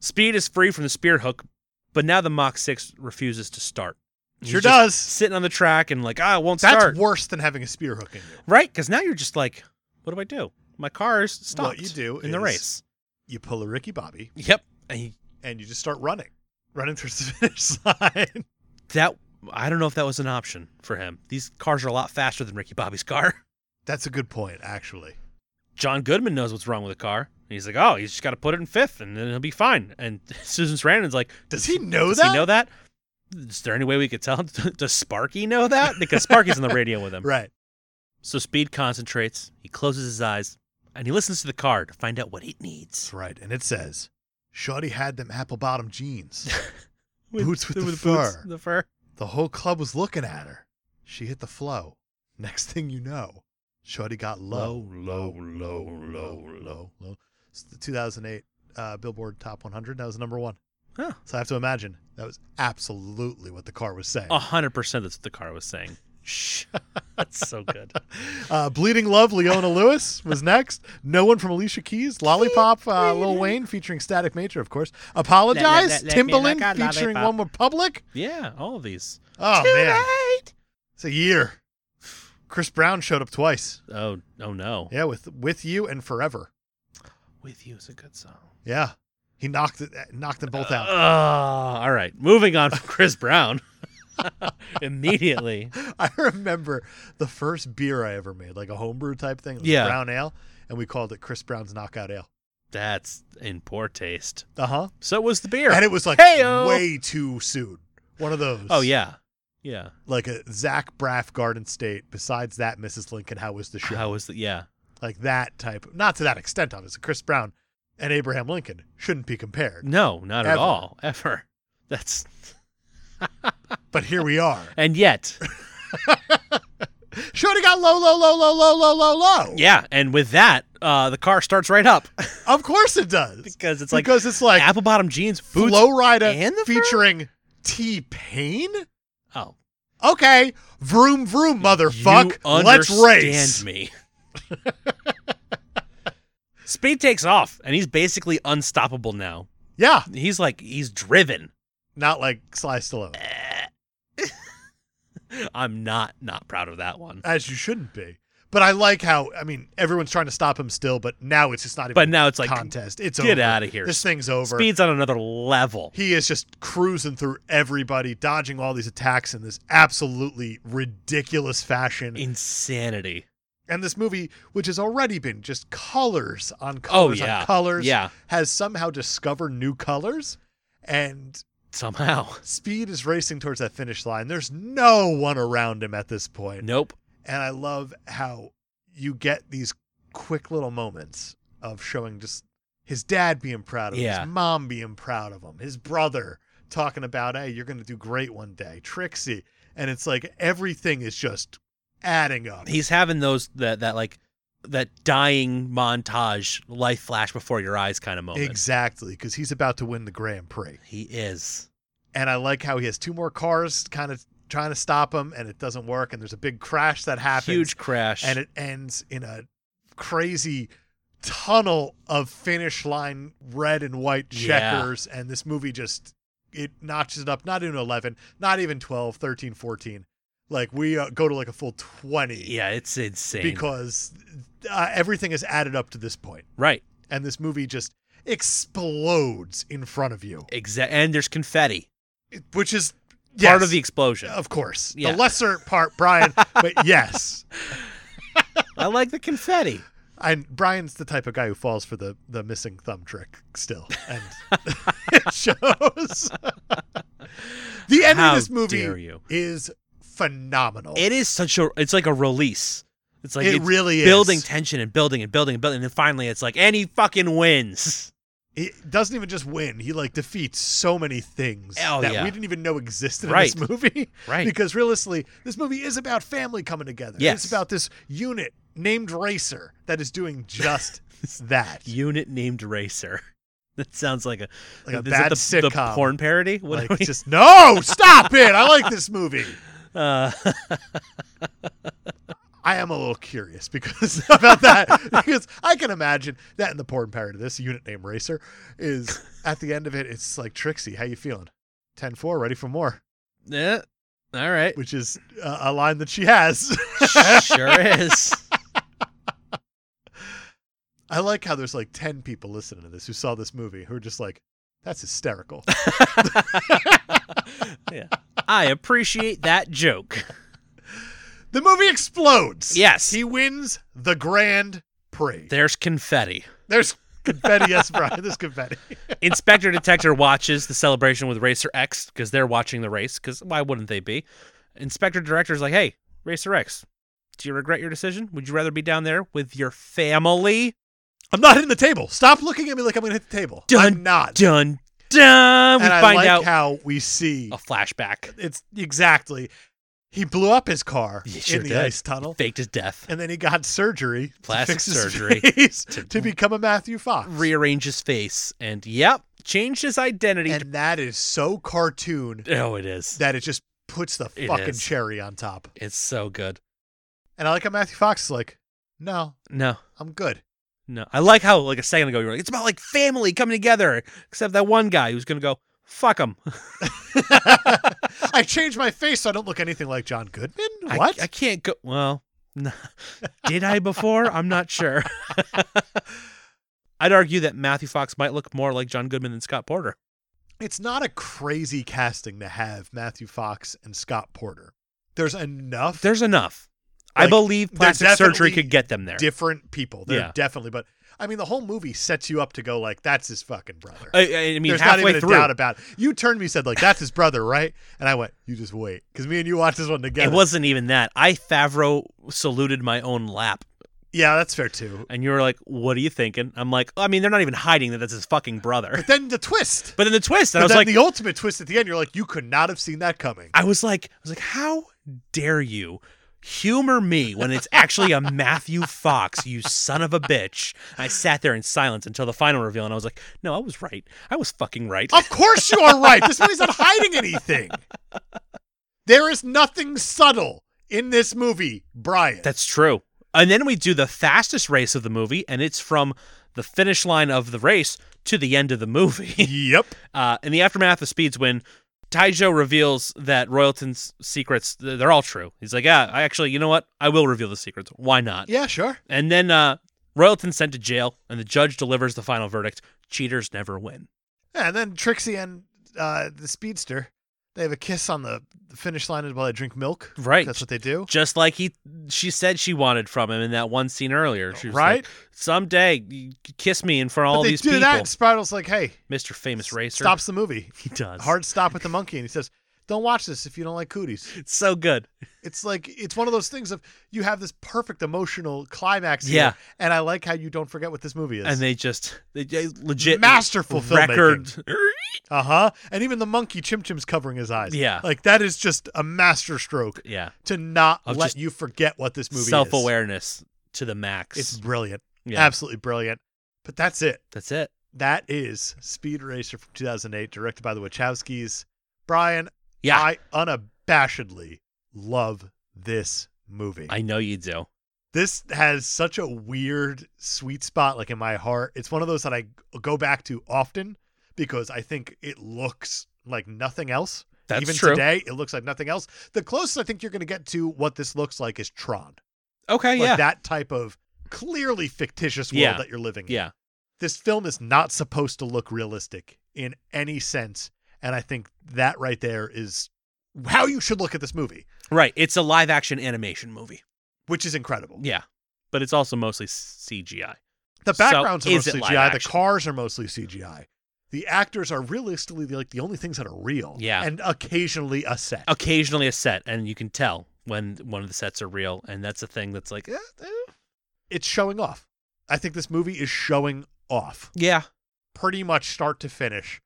Speed is free from the spear hook, but now the Mach 6 refuses to start. He's Sure just does. Sitting on the track and like, ah, it won't That's start. worse than having a spear hook in you. right? Because now you're just like, what do I do? My car's stopped What you do in the is- race. You pull a Ricky Bobby Yep. And he- and you just start running, running through the finish line. that I don't know if that was an option for him. These cars are a lot faster than Ricky Bobby's car. That's a good point, actually. John Goodman knows what's wrong with the car. And he's like, oh, he's just got to put it in fifth and then he'll be fine. And Susan Sarandon's like, Does he know does that? he know that? Is there any way we could tell? Does Sparky know that? Because Sparky's on the radio with him. Right. So Speed concentrates, he closes his eyes, and he listens to the car to find out what it needs. That's right. And it says, Shawty had them apple bottom jeans. Boots with the fur. the fur. The whole club was looking at her. She hit the flow. Next thing you know, Shorty got low, Low, low, low, low. low. It's the 2008 uh, Billboard Top 100. That was number one. Huh. So I have to imagine that was absolutely what the car was saying. A hundred percent that's what the car was saying. Shh. That's so good. Uh, Bleeding Love, Leona Lewis was next. No One from Alicia Keys. Lollipop, uh, Lil Wayne featuring Static Major, of course. Let- Apologize, let- let me Timbaland like a featuring One lollipop. Republic. Yeah, all of these. Oh, man. Tonight. It's a year. Chris Brown showed up twice. Oh, oh no. Yeah, with with you and forever. With you is a good song. Yeah, he knocked it, knocked them Uh, both out. Ah, all right. Moving on from Chris Brown. Immediately. I remember the first beer I ever made, like a homebrew type thing. It was Yeah. brown ale, and we called it Chris Brown's Knockout Ale. That's in poor taste. Uh huh. So was the beer. And it was like Heyo. way too soon. One of those. oh yeah. Yeah. Like a Zach Braff Garden State. Besides that, Mrs. Lincoln, how was the show? How was the yeah. like that type. Not to that extent, obviously. Chris Brown and Abraham Lincoln shouldn't be compared. No, not at Ever. all. Ever. That's But here we are. and yet. Should have got low, low, low, low, low, low, low, low. Yeah, and with that, uh, the car starts right up Of course it does. because it's like because it's like apple bottom jeans, boots. Flow Rider and the fur? featuring T Pain. Oh, Okay, vroom vroom, you motherfuck. understand Let's race. me. Speed takes off, and he's basically unstoppable now. Yeah, He's like he's driven. not like Sly Stallone, I'm not not proud of that one, as you shouldn't be. But I like how I mean everyone's trying to stop him still, but now it's just not even. but now it's a like contest. It's get over. out of here. This thing's over. Speed's on another level. He is just cruising through everybody, dodging all these attacks in this absolutely ridiculous fashion. Insanity. and this movie, which has already been just colors on colors Oh, yeah. on colors, Yeah, has somehow discovered new colors. And somehow. Speed is racing towards that finish line. There's no one around him at this point. Nope. And I love how you get these quick little moments of showing just his dad being proud of him, Yeah. his mom being proud of him, his brother talking about, hey, you're going to do great one day, Trixie. And it's like everything is just adding up. he's having those that that like that dying montage life flash before your eyes kind of moment. Exactly, because he's about to win the Grand Prix. he is. And I like how he has two more cars kind of trying to stop him, and it doesn't work. And there's a big crash that happens. Huge crash. and it ends in a crazy tunnel of finish line red and white Yeah. checkers and this movie just it notches it up not even 11 not even 12 13 14 like we uh, go to like a full 20 yeah, it's insane. because uh, everything is added up to this point right. and this movie just explodes in front of you Exact and there's confetti. which is Part yes, Oh. of the explosion. of course Yeah. the lesser part brian but yes I like the confetti. And Brian's the type of guy who falls for the the missing thumb trick still, and it shows. the end How of this dare movie you. is phenomenal. It is such a it's like a release. It's like It it's really is. building tension and building and building and building and then finally it's like and he fucking wins. He doesn't even just win; he like defeats so many things Hell that yeah. we didn't even know existed in Right. this movie. Right. Because realistically, this movie is about family coming together. Yes. It's about this unit named Racer that is doing just that. Unit named Racer. That sounds like a Like a is bad that the, sitcom. the porn parody. What Like are we- just no, stop it! I like this movie. uh, I am a little curious because about that because I can imagine that in the porn part of this unit name racer is at the end of it it's like Trixie, how you feeling? 10-4, ready for more, Yeah. All right. which is uh, a line that she has. sure is. I like how there's like 10 people listening to this who saw this movie who are just like that's hysterical. yeah. I appreciate that joke. the movie explodes. Yes. He wins the Grand Prix. There's confetti. There's confetti, yes, Brian. There's confetti. Inspector Detector watches the celebration with Racer X because they're watching the race. Because why wouldn't they be? Inspector Director's like, hey, Racer X, do you regret your decision? Would you rather be down there with your family? I'm not hitting the table. Stop looking at me like I'm going to hit the table. Dun, I'm not. Dun dun. We and I find like out how we see a flashback. it's exactly he blew up his car He sure in the did. ice tunnel, Faked his death. and then he got surgery, Plastic to fix his surgery face to- to, become a Matthew Fox. Rearrange his face and yep, changed his identity. and that is so cartoon to- oh, it is. that it just puts the It fucking is. cherry on top. It's so good. And I like how Matthew Fox is like, "No, No, I'm good." no. I like how like a second ago you were like, it's about like family coming together. Except that one guy who's gonna go fuck him. I changed my face so I don't look anything like John Goodman. I- What? I, can't go. Well, n- did I before? I'm not sure. I'd argue that Matthew Fox might look more like John Goodman than Scott Porter. it's not a crazy casting to have Matthew Fox and Scott Porter. There's enough There's enough. I Like, believe they're plastic surgery definitely could get them there. different people. They're Yeah. definitely, but I mean, the whole movie sets you up to go like, "That's his fucking brother." I, I mean, There's not halfway even a through, doubt about it. You turned to me and said like, "That's his brother," right? And I went, "You just wait," because me and you watched this one together. it wasn't even that. I Favreau saluted my own lap, yeah, that's fair too. and you were like, "What are you thinking?" I'm like, "I mean, they're not even hiding that that's his fucking brother." But then the twist. But then the twist, and I But was then like, the ultimate twist at the end. You're like, "You could not have seen that coming." I was like, I was like, how dare you humor me when it's actually a Matthew Fox, you son of a bitch? I sat there in silence until the final reveal, and I was like, no, I was right. I was fucking right. Of course you are right. This movie's not hiding anything. There is nothing subtle in this movie, Brian. That's true. And then we do the fastest race of the movie, and it's from the finish line of the race to the end of the movie. yep. Uh, in the aftermath of Speed's win, Taijo reveals that Royalton's secrets, th- they're all true. He's like, ah, I actually, you know what? I will reveal the secrets. Why not? Yeah, sure. And then uh, Royalton's sent to jail, and the judge delivers the final verdict: cheaters never win. Yeah, and then Trixie and uh, the speedster, they have a kiss on the the finish line while they drink milk. Right. That's what they do. Just like he, she said she wanted from him in that one scene earlier. She was right? Like, Someday, you kiss me in front of But all they these do people, that, and Spiral's like, "Hey, Mr. Famous Racer. stops the movie. He does. Hard stop with the monkey." And he says, "Don't watch this if you don't like cooties." It's so good. It's like it's one of those things of you have this perfect emotional climax. Yeah. Here, and I like how you don't forget what this movie is. And they just, they, they legit masterful record. Uh huh. And even the monkey Chim Chim's covering his eyes. Yeah. Like that is just a masterstroke yeah, to not Of let just you forget what this movie self is. awareness to the max. It's brilliant. yeah, Absolutely brilliant. But that's it. that's it. That is Speed Racer from 2008, directed by the Wachowskis. Brian, Yeah, I unabashedly love this movie. I know you do. this has such a weird sweet spot like in my heart it's one of those that i go back to often because i think it looks like nothing else That's even true. today it looks like nothing else the closest i think you're going to get to what this looks like is tron Okay, like yeah, that type of clearly fictitious world Yeah. that you're living in yeah. this film is not supposed to look realistic in any sense and i think that right there is how you should look at this movie Right. It's a live action animation movie. which is incredible Yeah, but it's also mostly CGI. The So, backgrounds are is it live mostly CGI. The action? cars are mostly CGI. The actors are realistically the- like the only things that are real. Yeah. and occasionally a set. Occasionally a set, and you can tell when one of the sets are real, and that's a thing that's like, eh, eh. It's showing off. I think this movie is showing off, yeah, pretty much start to finish,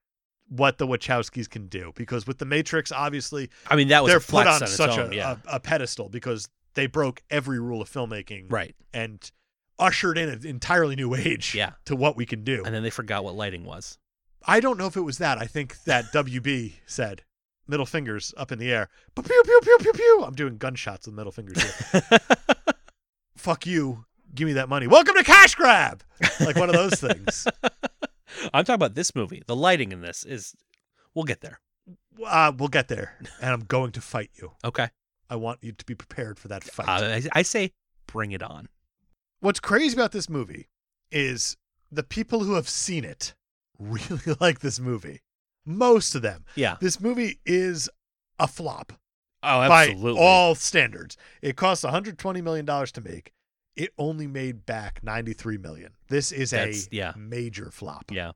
what the Wachowskis can do. Because with the Matrix, obviously I mean that was they're a flex put on, its own, such a, um, yeah, a, a pedestal because they broke every rule of filmmaking right, and ushered in an entirely new age Yeah. to what we can do. and then they forgot what lighting was. I don't know if it was that. I think that WB said middle fingers up in the air. But pew pew pew pew pew. I'm doing gunshots with middle fingers here. fuck you, give me that money. Welcome to Cash Grab. Like one of those things. I'm talking about this movie. The lighting in this is. We'll get there. Uh, we'll get there. And I'm going to fight you. Okay. I want you to be prepared for that Uh, fight. I, I say bring it on. What's crazy about this movie is the people who have seen it really like this movie. Most of them. Yeah. This movie is a flop Oh, by all standards. It cost 120 million dollars to make. It only made back 93 million. This is That's- a yeah. major flop. yeah.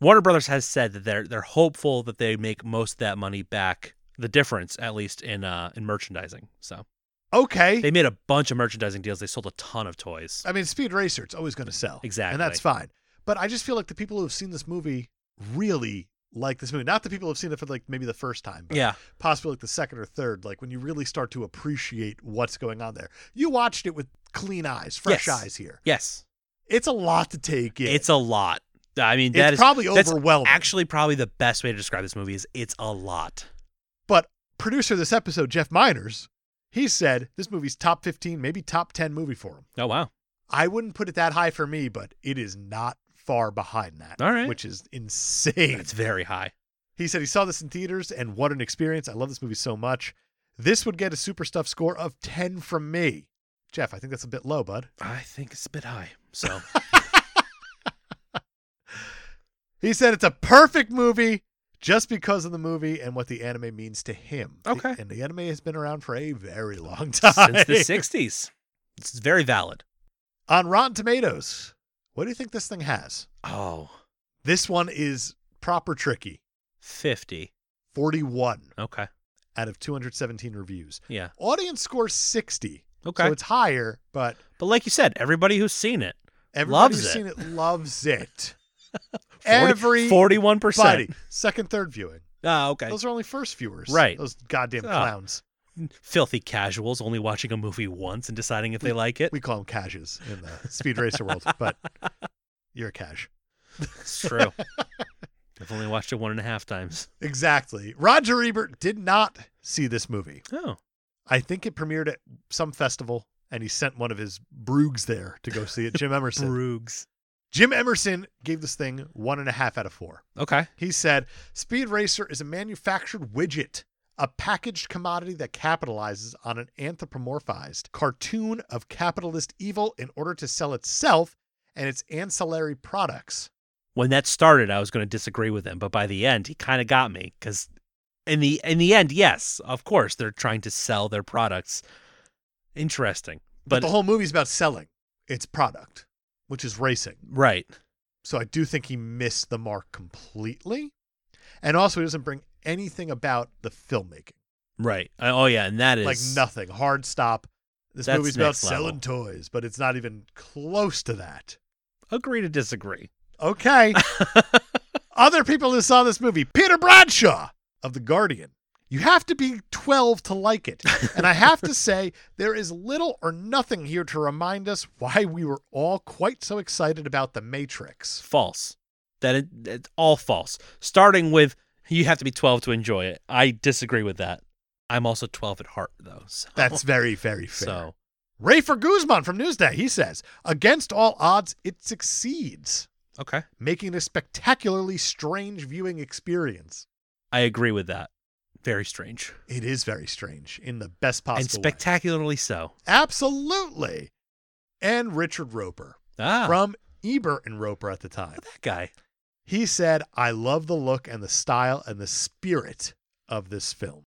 Warner Brothers has said that they're they're hopeful that they make most of that money back, the difference at least in uh in merchandising. So Okay. they made a bunch of merchandising deals. They sold a ton of toys. I mean, Speed Racer, it's always going to sell. Exactly. And that's fine. But I just feel like the people who have seen this movie really like this movie. Not the people who have seen it for like maybe the first time, but Yeah, possibly like the second or third, like when you really start to appreciate what's going on there. You watched it with clean eyes, fresh Yes. eyes here. yes, It's a lot to take in. it's a lot. I mean, It's that is probably that's overwhelming. actually probably the best way to describe this movie is it's a lot. but producer of this episode, Jeff Miners, he said this movie's top 15, maybe top 10 movie for him. Oh wow, I wouldn't put it that high for me, but it is not far behind that. All right. Which is insane. it's very high. He said he saw this in theaters and what an experience. I love this movie so much. This would get a super stuff score of 10 from me. Jeff, I think that's a bit low, bud. I think it's a bit high. So He said it's a perfect movie just because of the movie and what the anime means to him. The- Okay. and the anime has been around for a very long time. since the '60s, this is very valid. On Rotten Tomatoes, what do you think this thing has? Oh, This one is proper tricky. 50. 41 Okay. out of 217 reviews. Yeah. Audience score 60. Okay. So it's higher, but But like you said, everybody who's seen it, Everybody Loves who's it. seen it loves it. 40, Every 41%. buddy. Second, third viewing. Ah, okay. Those are only first viewers. Right. Those goddamn Ah. clowns. Filthy casuals only watching a movie once and deciding if they like it. We call them caches in the speed racer world, but you're a cache. It's true. I've only watched it one and a half times. Exactly. Roger Ebert did not see this movie. Oh, I think it premiered at some festival, and he sent one of his broogs there to go see it. Jim Emerson. Brugs. Jim Emerson gave this thing one and a half out of four. Okay. He said, Speed Racer is a manufactured widget, a packaged commodity that capitalizes on an anthropomorphized cartoon of capitalist evil in order to sell itself and its ancillary products. When that started, I was going to disagree with him, but by the end, he kind of got me because in the in the end, yes, of course, they're trying to sell their products. Interesting, But, but, the whole movie's about selling its product, which is racing. right. So I do think he missed the mark completely. And also, he doesn't bring anything about the filmmaking. Right. Uh, Oh yeah, and that is like nothing. Hard stop. This That's movie's about next level. selling toys, but it's not even close to that. Agree to disagree. Okay. Other people who saw this movie, Peter Bradshaw of The Guardian. You have to be 12 to like it. And I have to say, there is little or nothing here to remind us why we were all quite so excited about The Matrix. false. That it, it's all false. Starting with you have to be 12 to enjoy it. I disagree with that. I'm also 12 at heart though. So, That's very, very fair. so Rafer Guzman from Newsday, he says, against all odds, it succeeds, okay. making it a spectacularly strange viewing experience. I agree with that. Very strange It is very strange in the best possible and way. spectacularly so. Absolutely. And Richard Roper Ah, from Ebert and Roper at the time. that guy. He said, I love the look and the style and the spirit of this film.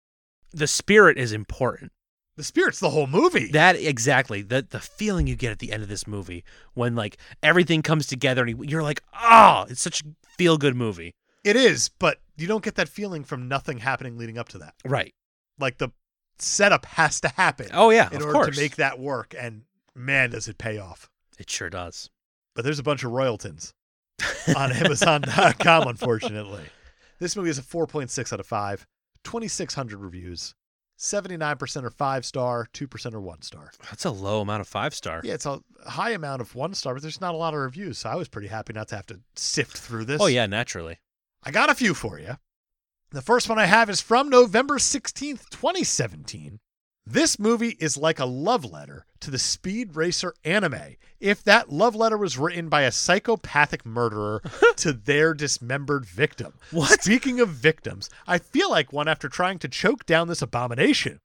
The spirit is important. The spirit's the whole movie. That exactly. The the feeling you get at the end of this movie when like everything comes together and you're like, "Oh, it's such a feel good movie." it is, but you don't get that feeling from nothing happening leading up to that. Right. Like the setup has to happen Oh yeah, in of order course. to make that work. And man, does it pay off. it sure does. but there's a bunch of royaltons on Amazon.com, unfortunately. This movie is a 4.6 out of 5, 2,600 reviews, 79% are five star, 2% are one star. That's a low amount of 5 star. Yeah, it's a high amount of one star, but there's not a lot of reviews. So I was pretty happy not to have to sift through this. oh yeah, naturally. I got a few for you. The first one I have is from November 16th, 2017. This movie is like a love letter to the Speed Racer anime. If that love letter was written by a psychopathic murderer to their dismembered victim. What? Speaking of victims, I feel like one after trying to choke down this abomination.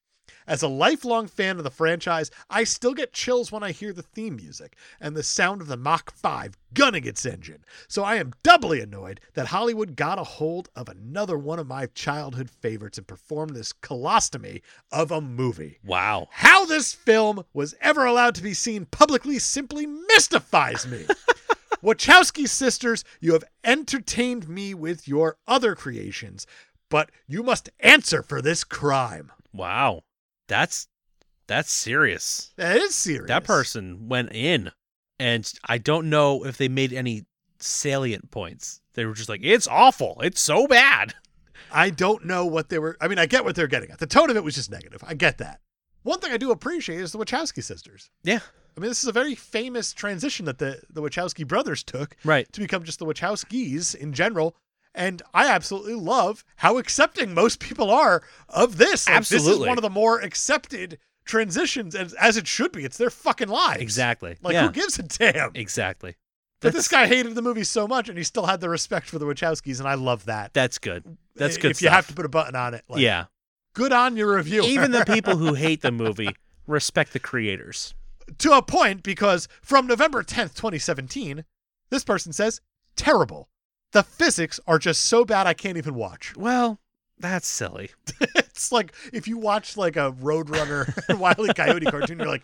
As a lifelong fan of the franchise, I still get chills when I hear the theme music and the sound of the Mach 5 gunning its engine. So I am doubly annoyed that Hollywood got a hold of another one of my childhood favorites and performed this colostomy of a movie. Wow. How this film was ever allowed to be seen publicly simply mystifies me. Wachowski sisters, you have entertained me with your other creations, but you must answer for this crime. Wow. That's that's serious. That is serious. That person went in and I don't know if they made any salient points. They were just like, "It's awful. It's so bad." I don't know what they were. I mean, I get what they're getting at. The tone of it was just negative. I get that. One thing I do appreciate is the Wachowski sisters. Yeah. I mean, this is a very famous transition that the, the Wachowski brothers took Right. to become just the Wachowskis in general. And I absolutely love how accepting most people are of this. Like, This is Absolutely. one of the more accepted transitions, as, as it should be. It's their fucking lives. Exactly. Like, yeah. who gives a damn? exactly. But this guy hated the movie so much, and he still had the respect for the Wachowskis, and I love that. That's good. That's I- good If you have to stuff. put a button on it, like, yeah. good on your review. Even the people who hate the movie respect the creators. to a point because from November 10th, 2017, this person says, terrible. The physics are just so bad I can't even watch. Well, that's silly. it's like if you watch like a Roadrunner and Wile E. Coyote cartoon, you're like,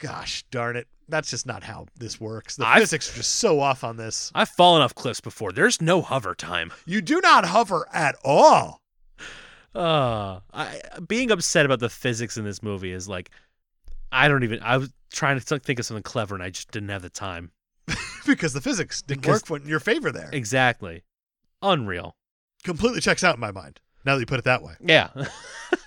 gosh darn it. That's just not how this works. The I've- physics are just so off on this. I've fallen off cliffs before. There's no hover time. You do not hover at all. Uh, I, being upset about the physics in this movie is like, I don't even. I was trying to think of something clever and I just didn't have the time. Because the physics didn't Because- work when your favor there. Exactly. Unreal. Completely checks out in my mind, now that you put it that way. Yeah.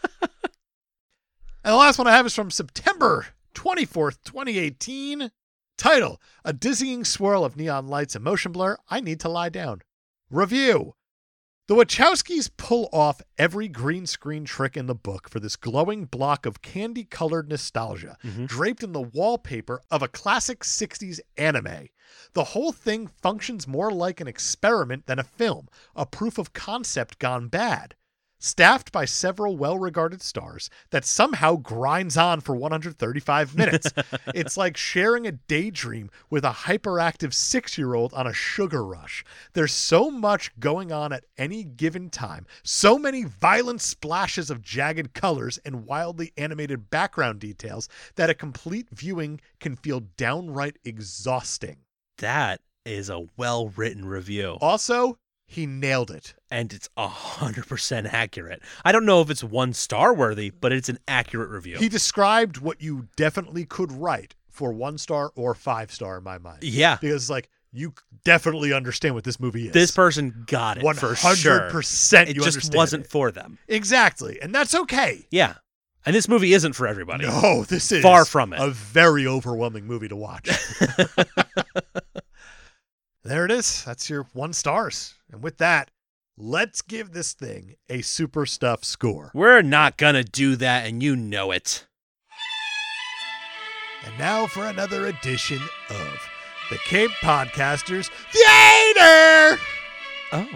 And the last one I have is from September 24th, 2018. Title A Dizzying Swirl of Neon Lights and Motion Blur. I Need to Lie Down. Review The Wachowskis pull off every green screen trick in the book for this glowing block of candy colored nostalgia Mhm. draped in the wallpaper of a classic 60s anime. The whole thing functions more like an experiment than a film, a proof of concept gone bad staffed by several well regarded stars that somehow grinds on for 135 minutes. it's like sharing a daydream with a hyperactive six year old on a sugar rush. There's so much going on at any given time, so many violent splashes of jagged colors and wildly animated background details that a complete viewing can feel downright exhausting. that is a well written review. Also, he nailed it. And it's 100% accurate. I don't know if it's one star worthy, but it's an accurate review. He described what you definitely could write for one star or five star in my mind. yeah. Because like you definitely understand what this movie is. This person got it one for sure. hundred percent. It You just understand wasn't it. for them. exactly, and that's okay. Yeah. And this movie isn't for everybody. No, this is Far from it. A very overwhelming movie to watch. there it is. That's your one stars. And with that, let's give this thing a super stuff score. We're not going to do that, and you know it. And now for another edition of the Cape Podcasters Theater. Oh.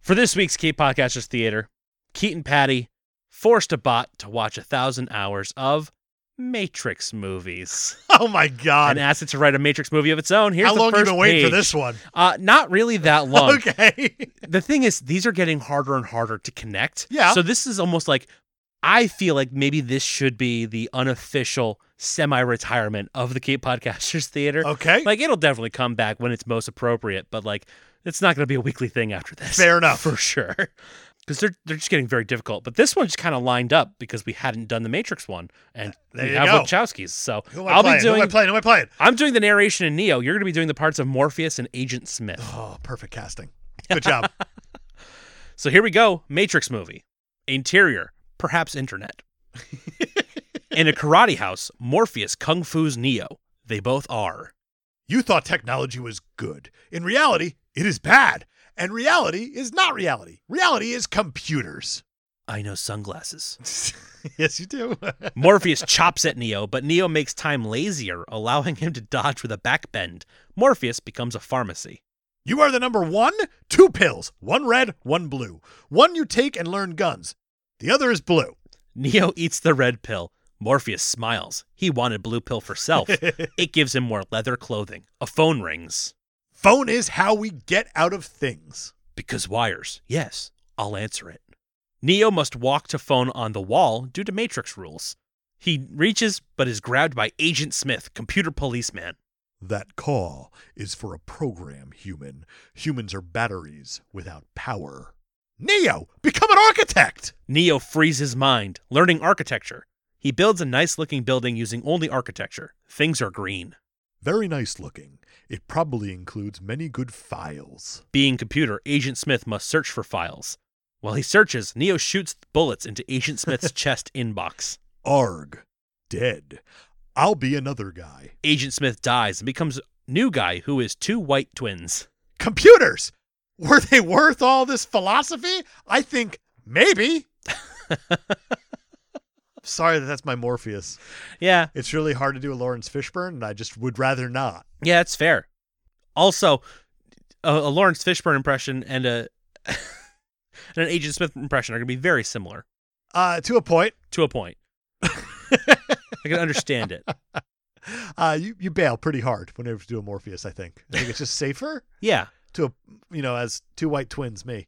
For this week's Kate Podcasters Theater, Keaton Patty forced a bot to watch a thousand hours of Matrix movies Oh my God! and asked it to write a Matrix movie of its own. Here's How the long you first been waiting for page. this one? Uh, not really that long. Okay. The thing is, these are getting harder and harder to connect. Yeah. So this is almost like I feel like maybe this should be the unofficial semi-retirement of the Kate Podcasters Theater. okay. Like it'll definitely come back when it's most appropriate, but like it's not going to be a weekly thing after this. Fair enough. for sure. Because they're they're just getting very difficult. But this one just kind of lined up because we hadn't done the Matrix one, and There we you have go. Wachowskis. So Who am I I'll playing? be Who am I doing. playing? Who am I playing? I'm doing the narration in Neo. You're going to be doing the parts of Morpheus and Agent Smith. Oh, perfect casting. Good job. So here we go. Matrix movie. Interior, perhaps internet. in a karate house, Morpheus kung fu's Neo. They both are. you thought technology was good. In reality, it is bad. And reality is not reality. Reality is computers. I know sunglasses. yes, you do. Morpheus chops at Neo, but Neo makes time lazier, allowing him to dodge with a back bend. Morpheus becomes a pharmacy. you are the number one. Two pills, one red, one blue. One you take and learn guns. The other is blue. Neo eats the red pill. Morpheus smiles. He wanted blue pill for self. it gives him more leather clothing. A phone rings. Phone is how we get out of things. Because wires. Yes, I'll answer it. Neo must walk to phone on the wall due to Matrix rules. He reaches, but is grabbed by Agent Smith, computer policeman. That call is for a program, human. Humans are batteries without power. Neo, become an architect! Neo frees his mind, learning architecture. He builds a nice looking building using only architecture. Things are green. Very nice looking. It probably includes many good files. Being computer, Agent Smith must search for files. While he searches, Neo shoots bullets into Agent Smith's chest inbox. Arg. Dead. I'll be another guy. Agent Smith dies and becomes new guy who is two white twins. Computers! Were they worth all this philosophy? I think maybe. Sorry that that's my Morpheus. Yeah, It's really hard to do a Lawrence Fishburne, and I just would rather not. yeah, that's fair. Also, a, a Lawrence Fishburne impression and a and an Agent Smith impression are going to be very similar Uh, to a point, to a point. I can understand it. uh, you, you bail pretty hard whenever you do a Morpheus, I think. I think it's just safer Yeah. to, a, you know, as two white twins, me.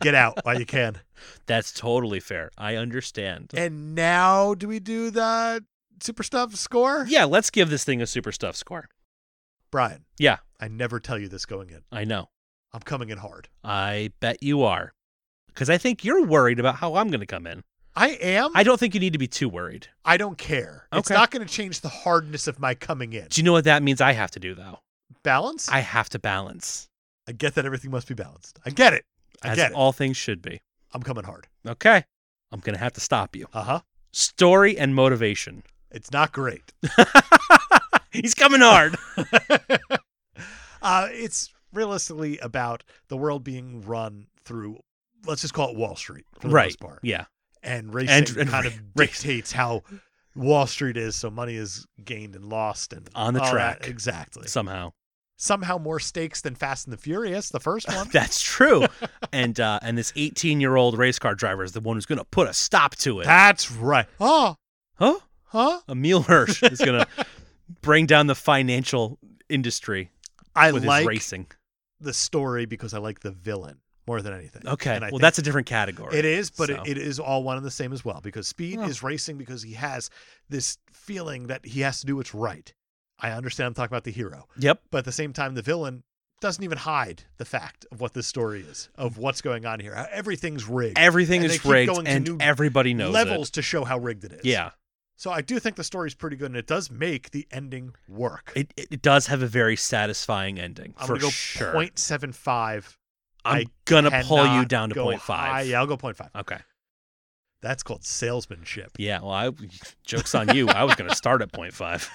Get out while you can. That's totally fair. I understand. And now do we do the super stuff score? Yeah, let's give this thing a super stuff score. Brian, Yeah, I never tell you this going in. I know. I'm coming in hard. I bet you are. Because I think you're worried about how I'm going to come in. I am. I don't think you need to be too worried. I don't care. It's Okay. not going to change the hardness of my coming in. Do you know what that means I have to do, though? Balance? I, I have to balance, get that everything must be balanced. I get it. I as get it. all things should be. I'm coming hard. Okay. I'm going to have to stop you. Uh huh. Story and motivation. It's not great. He's coming hard. uh, it's realistically about the world being run through, let's just call it Wall Street for the right. most part. Yeah. And racing and kind ra- of race. dictates how Wall Street is, so money is gained and lost and On the all that. track. Exactly. Somehow. Somehow more stakes than Fast and the Furious, the first one. That's true. and uh, and this 18 year old race car driver is the one who's going to put a stop to it. That's right. Oh, Huh? huh? Emil Hirsch is going to bring down the financial industry I with like his racing. the story because I like the villain more than anything. Okay. And I Well, think that's a different category. it is, but so. it, it is all one and the same as well because Speed Oh. is racing because he has this feeling that he has to do what's right. I understand I'm talking about the hero, Yep. but at the same time, the villain doesn't even hide the fact of what this story is, of what's going on here. How Everything's rigged. Everything And they is keep rigged, going to new and everybody knows Levels to show how rigged it is. It. Yeah. So I do think the story's pretty good, and it does make the ending work. It, it it does have a very satisfying ending I'm for gonna go sure. 0.75. I'm I gonna pull you Cannot down to go 0.5. high. Yeah, I'll go 0.5. Okay. That's called salesmanship. Yeah. Well, I, jokes on you. I was gonna start at 0.5.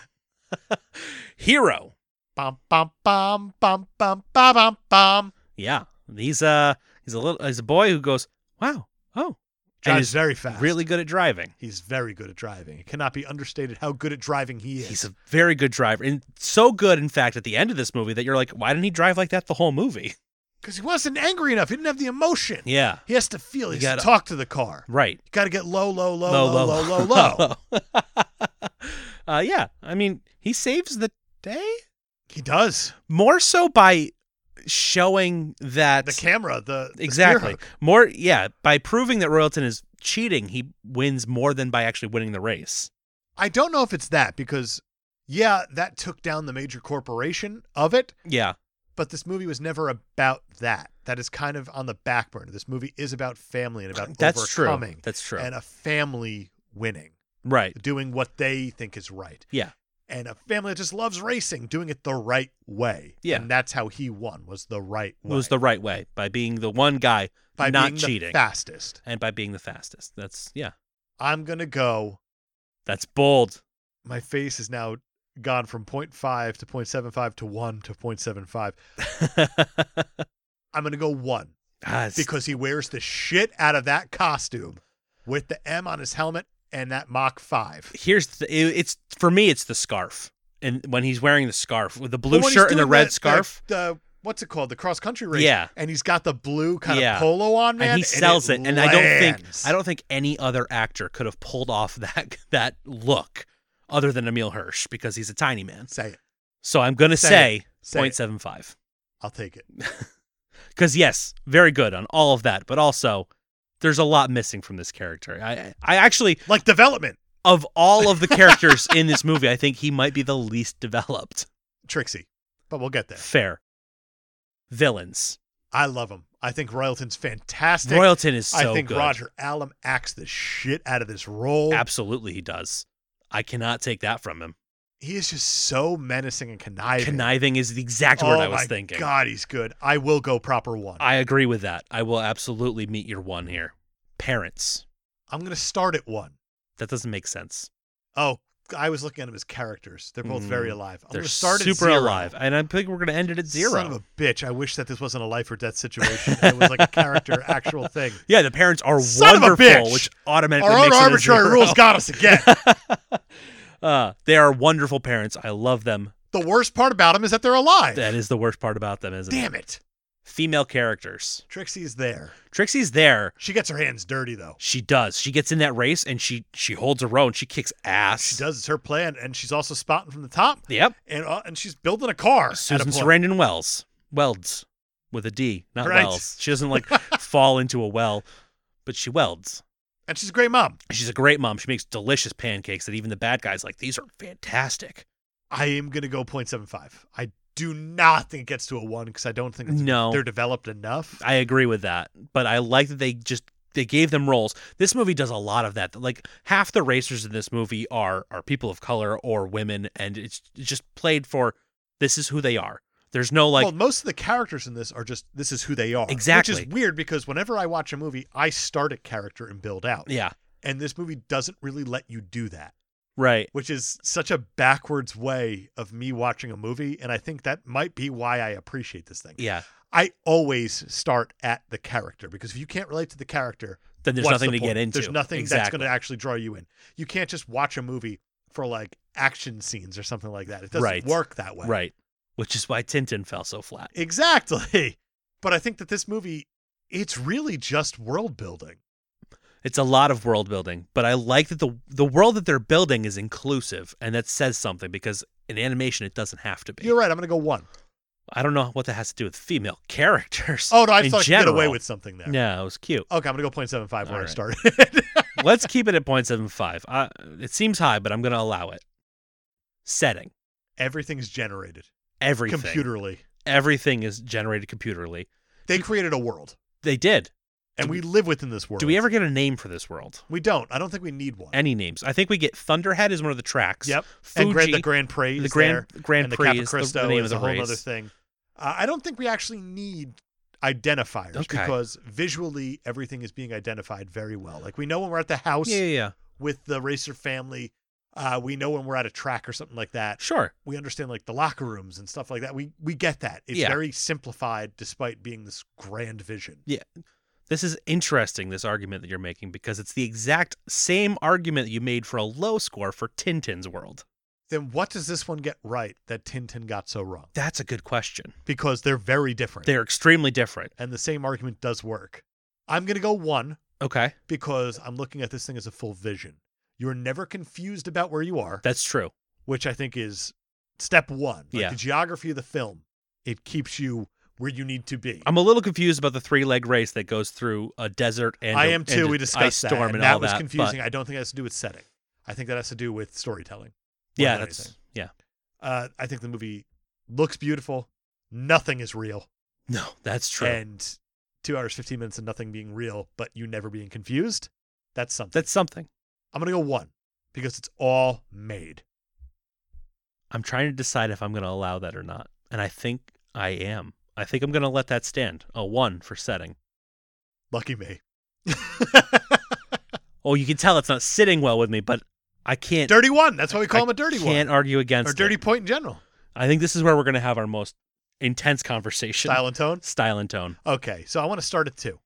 Hero. Bum bum bum bum bum bum bum bum. Yeah. He's uh he's a little he's a boy who goes wow oh and Drives is very fast. really good at driving. he's very good at driving. It cannot be understated how good at driving he is. He's a very good driver and so good in fact at the end of this movie that you're like why didn't he drive like that the whole movie? Because he wasn't angry enough. He didn't have the emotion. Yeah. He has to feel. He You has to gotta- talk to the car. Right. You got to get low, low, low, low, low, low, low. uh, yeah, I mean, he saves the day He does. more so by showing that The camera, the, the exactly spear hook. more. Yeah, by proving that Royalton is cheating, he wins more than by actually winning the race. I don't know if it's that because, yeah, that took down the major corporation of it, Yeah, but this movie was never about that. That is kind of on the back burner. This movie is about family and about that's true. overcoming. That's true. and a family winning, right. doing what they think is right. Yeah. And a family that just loves racing, doing it the right way. Yeah. And that's how he won was the right It way. was the right way by being the one guy by not being cheating The fastest. and by being the fastest. That's yeah. I'm gonna go. That's bold. My face is now gone from 0.5 to 0.75 to 1 to 0.75. I'm gonna go one. Ah, it's- because he wears the shit out of that costume with the M on his helmet and that Mach 5. here's the, it- it's for me it's the scarf and when he's wearing the scarf with the blue But when he's shirt and the doing red that- scarf that, uh, what's it called? The cross country race. Yeah. And he's got the blue kind Yeah. of polo on, man. and he sells it, and I don't think lands. I don't think any other actor could have pulled off that that look other than Emil Hirsch because he's a tiny man say it. so I'm gonna Say say, Say it. 0.75 I'll take it. because yes very good on all of that but also there's a lot missing from this character I I actually Like development, of all of the characters in this movie I think he might be the least developed Trixie. But we'll get there. fair villains I love him. I think Royalton's fantastic. Royalton is so I think good. Roger Allam acts the shit out of this role. Absolutely, he does. I cannot take that from him. he is just so menacing and conniving. Conniving is the exact oh word I was my thinking. God, he's good. I will go proper one. I, I agree with that. I will absolutely meet your one here. Parents. am going to start at one. That doesn't make sense. Oh, I was looking at him as characters. They're both Mm. very alive. I'm They're gonna start super at zero. alive, and I think we're going to end it at zero. Son of a bitch. I wish that this wasn't a life or death situation. and it was like a character, actual thing. yeah, the parents are Son of a wonderful, bitch! which automatically Our own makes it a arbitrary zero. rules got us again. Uh, they are wonderful parents. I love them. the worst part about them is that they're alive. That is the worst part about them, isn't it? Damn it. Female characters. Trixie's there. Trixie's there. She gets her hands dirty, though. She does. She gets in that race and she she holds her own. She kicks ass. She does. It's her plan, and she's also spotting from the top, Yep. and uh, and she's building a car. at a Susan point. Sarandon Wells. Welds with a D, not Right. Wells. She doesn't like fall into a well, but she welds. And she's a great mom. She's a great mom. She makes delicious pancakes that even the bad guys like. These are fantastic. I am going to go 0.75. I do not think it gets to a one because I don't think it's- No, they're developed enough. I agree with that, but I like that they just they gave them roles. This movie does a lot of that. Like half the racers in this movie are are people of color or women, and it's it's just played for this is who they are. There's no like well, most of the characters in this are just this is who they are. Which Exactly. is weird because whenever I watch a movie, I start at character and build out. yeah And this movie doesn't really let you do that, right. which is such a backwards way of me watching a movie. And I think that might be why I appreciate this thing. Yeah. I always start at the character because if you can't relate to the character, Then there's what's nothing the to get point? into. There's nothing that's exactly. going to actually draw you in. You can't just watch a movie for like action scenes or something like that. It doesn't Right. work that way. Right. Which is why Tintin fell so flat. Exactly. But I think that this movie, it's really just world building. It's a lot of world building, but I like that the the world that they're building is inclusive and that says something because in animation it doesn't have to be. You're right. I'm going to go one. I don't know what that has to do with female characters. Oh, no, I in thought I could get general. away with something there. Yeah, it was cute. Okay, I'm going to go 0.75 where All I right. started. Let's keep it at 0.75. Uh, it seems high, but I'm going to allow it. Setting. Everything's generated Everything. computerly. Everything is generated computerly. They created a world, They did. and Do we live within this world. Do we ever get a name for this world? We don't. I don't think we need one. Any names? I think we get Thunderhead is one of the tracks. Yep. Fuji, And Grand, the Grand Prix. the is Grand there. Grand and the Prix Capo is Cristo the, the name is of the a whole race. other thing. Uh, I don't think we actually need identifiers Okay. because visually everything is being identified very well. Like we know when we're at the house Yeah, yeah, yeah. with the racer family. Uh, we know when we're at a track or something like that. Sure. We understand like the locker rooms and stuff like that. We we get that. It's Yeah. very simplified, despite being this grand vision. This is interesting, this argument that you're making, because it's the exact same argument that you made for a low score for Tintin's World. Then what does this one get right that Tintin got so wrong? That's a good question. Because they're very different, They're extremely different. and the same argument does work. I'm gonna go one Okay. because I'm looking at this thing as a full vision. You're never confused about where you are, That's true. which I think is step one. Like Yeah. The geography of the film, it keeps you where you need to be. I'm a little confused about the three leg race that goes through a desert and I a- am too. and We an discussed ice that. storm and, that all was that. but confusing. I don't think it has to do with setting. I think that has to do with storytelling. more yeah, than that's anything. yeah. Uh, I think the movie looks beautiful. Nothing is real, No, that's true. and two hours fifteen minutes of nothing being real, but you never being confused. That's something. that's something. I'm gonna go one because it's all made. I'm trying to decide if I'm going to allow that or not, and I think I am. I think I'm going to let that stand. A one for setting. Lucky me. Oh, you can tell it's not sitting well with me, but I can't. dirty one. That's why we call I him a dirty can't one argue or against dirty it. point in general. I think this is where we're going to have our most intense conversation. Style and tone. Style and tone. Okay, so I want to start at two,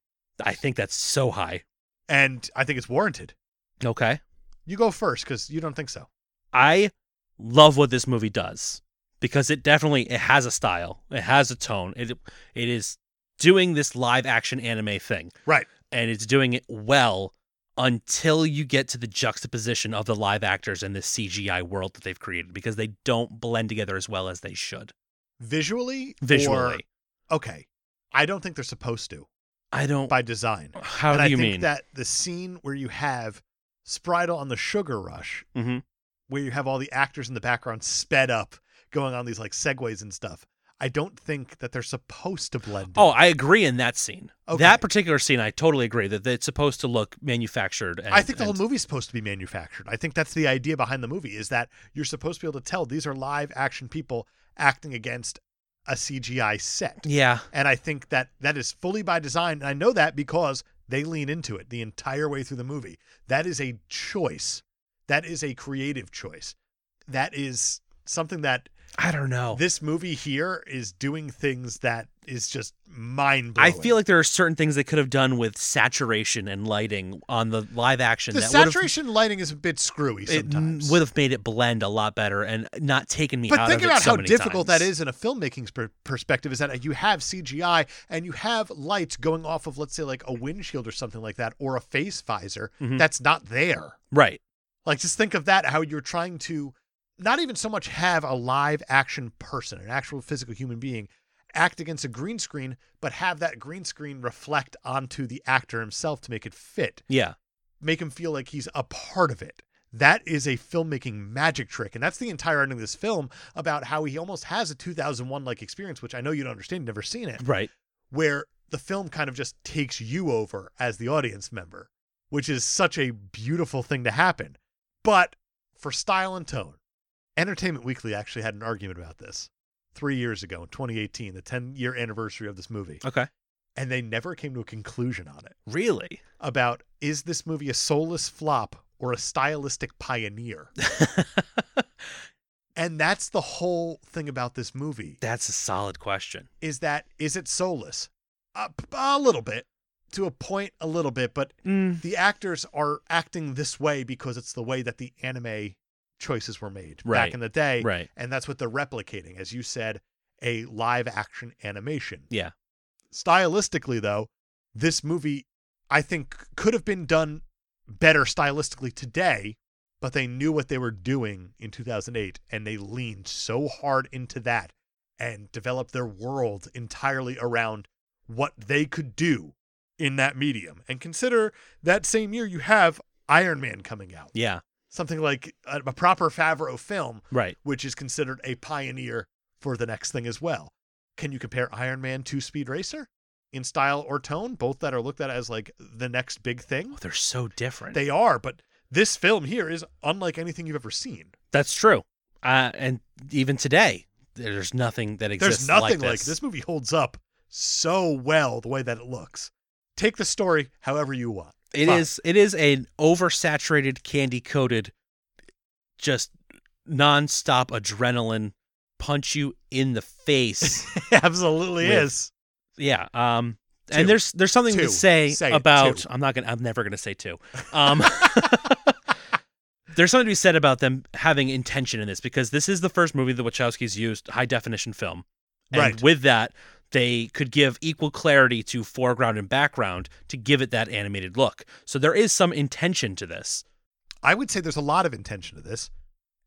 I think that's so high. and I think it's warranted. Okay. You go first because you don't think so. I love what this movie does because it definitely it has a style, it has a tone. It it is doing this live action anime thing, Right. and it's doing it well until you get to the juxtaposition of the live actors and the CGI world that they've created because they don't blend together as well as they should Visually. or- visually. okay. I don't think they're supposed to I don't. by design. how and do I you think mean? that the scene where you have Spritel on the sugar rush, hmm where you have all the actors in the background sped up going on these like segues and stuff. I don't think that they're supposed to blend. Oh, I agree in that scene. Okay. That particular scene, I totally agree that that it's supposed to look manufactured. And, I think the and- whole movie's supposed to be manufactured. I think that's the idea behind the movie is that you're supposed to be able to tell these are live action people acting against a CGI set. Yeah, And I think that that is fully by design. And I know that because they lean into it the entire way through the movie. That is a choice. That is a creative choice. That is something that I don't know. this movie here is doing things that is just mind I blowing. feel like there are certain things they could have done with saturation and lighting on the live action the that saturation lighting is a bit screwy would sometimes. have would have made it blend a lot better and not taken me But out think of it about so how many difficult times. that is in a filmmaking's per- perspective. Is that you have CGI and you have lights going off of, let's say, like a windshield or something like that, or a face visor Mhm. that's not there. Right. Like, just think of that how you're trying to not even so much have a live action person, an actual physical human being, act against a green screen, but have that green screen reflect onto the actor himself to make it fit Yeah. make him feel like he's a part of it. That is a filmmaking magic trick. And that's the entire ending of this film about how he almost has a 2001 like experience, which I know you don't understand, you've never seen it, Right. where the film kind of just takes you over as the audience member, which is such a beautiful thing to happen. But for style and tone, Entertainment Weekly actually had an argument about this three years ago in 2018, the 10 year anniversary of this movie. Okay. And they never came to a conclusion on it Really. about is this movie a soulless flop or a stylistic pioneer? and that's the whole thing about this movie That's a solid question. is that is it soulless? A, a little bit, to a point, a little bit, but the actors are acting this way because it's the way that the anime choices were made Right. back in the day. Right. And that's what they're replicating, as you said, a live action animation. Yeah. Stylistically, though, this movie, I think, could have been done better stylistically today, but they knew what they were doing in 2008 and they leaned so hard into that and developed their world entirely around what they could do in that medium. And consider that same year you have Iron Man coming out, Yeah. something like a, a proper Favreau film Right. which is considered a pioneer for the next thing as well. Can you compare Iron Man to Speed Racer in style or tone? Both that are looked at as like the next big thing. Well, Oh, they're so different. They are, but this film here is unlike anything you've ever seen. That's true. Uh, and even today, there's nothing that exists There's nothing like like this. movie holds up so well the way that it looks. Take the story however you want. It Fine. is it is an oversaturated, candy coated, just nonstop adrenaline punch you in the face. Absolutely With is. yeah. Um Two. and there's there's something Two. to say, Say it, about two. I'm not gonna I'm never gonna say two. Um There's something to be said about them having intention in this because this is the first movie the Wachowskis used high definition film. And Right. with that, they could give equal clarity to foreground and background to give it that animated look. So there is some intention to this. I would say there's a lot of intention to this,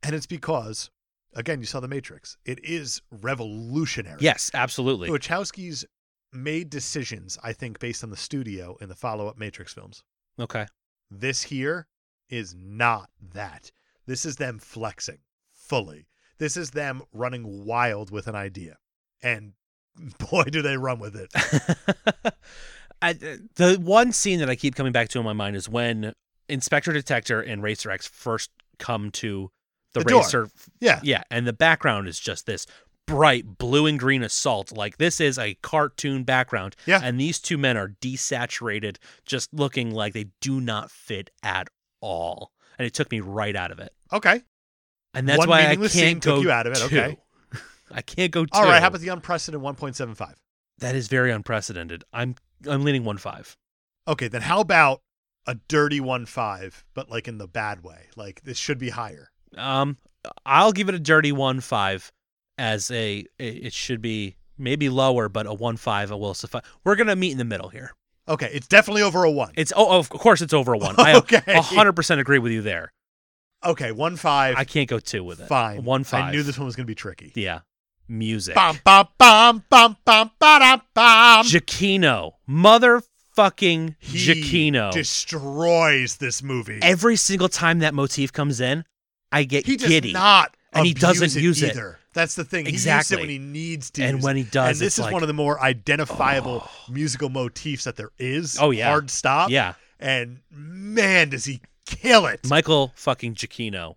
and it's because, again, you saw The Matrix. It is revolutionary. Yes, absolutely. The Wachowskis made decisions, I think, based on the studio in the follow up Matrix films. Okay. This here is not that. This is them flexing fully. This is them running wild with an idea. And boy, do they run with it. I, the one scene that I keep coming back to in my mind is when Inspector Detector and Racer X first come to the, The door. racer. Yeah. Yeah, and the background is just this bright blue and green assault. Like this is a cartoon background. Yeah. And these two men are desaturated, just looking like they do not fit at all. And it took me right out of it. Okay. And that's One why I meaningless scene can't took go you out of it, two. okay. I can't go two. All right, how about the unprecedented 1.75? that is very unprecedented. I'm I'm leaning one five. Okay, then how about a dirty 1.5, but like in the bad way? Like this should be higher. Um, I'll give it a dirty one five as a it- it should be maybe lower, but a one five will suffice. We're gonna meet in the middle here. Okay, it's definitely over a one. It's oh of course it's over a one. I Okay. a hundred percent agree with you there. Okay, one five. I can't go two with it. fine. one five. I knew this one was gonna be tricky. Yeah, music. Bum bum bum bum bum ba bum. Giacchino, motherfucking He Giacchino. destroys this movie. Every single time that motif comes in, I get he does giddy. not, And he doesn't abuse it use it. either. That's the thing. He Exactly. uses it when he needs to. and use when he it. does, and this it's is like, one of the more identifiable Oh. musical motifs that there is. Oh, yeah. hard stop. yeah, and man, does he kill it. Michael fucking Giacchino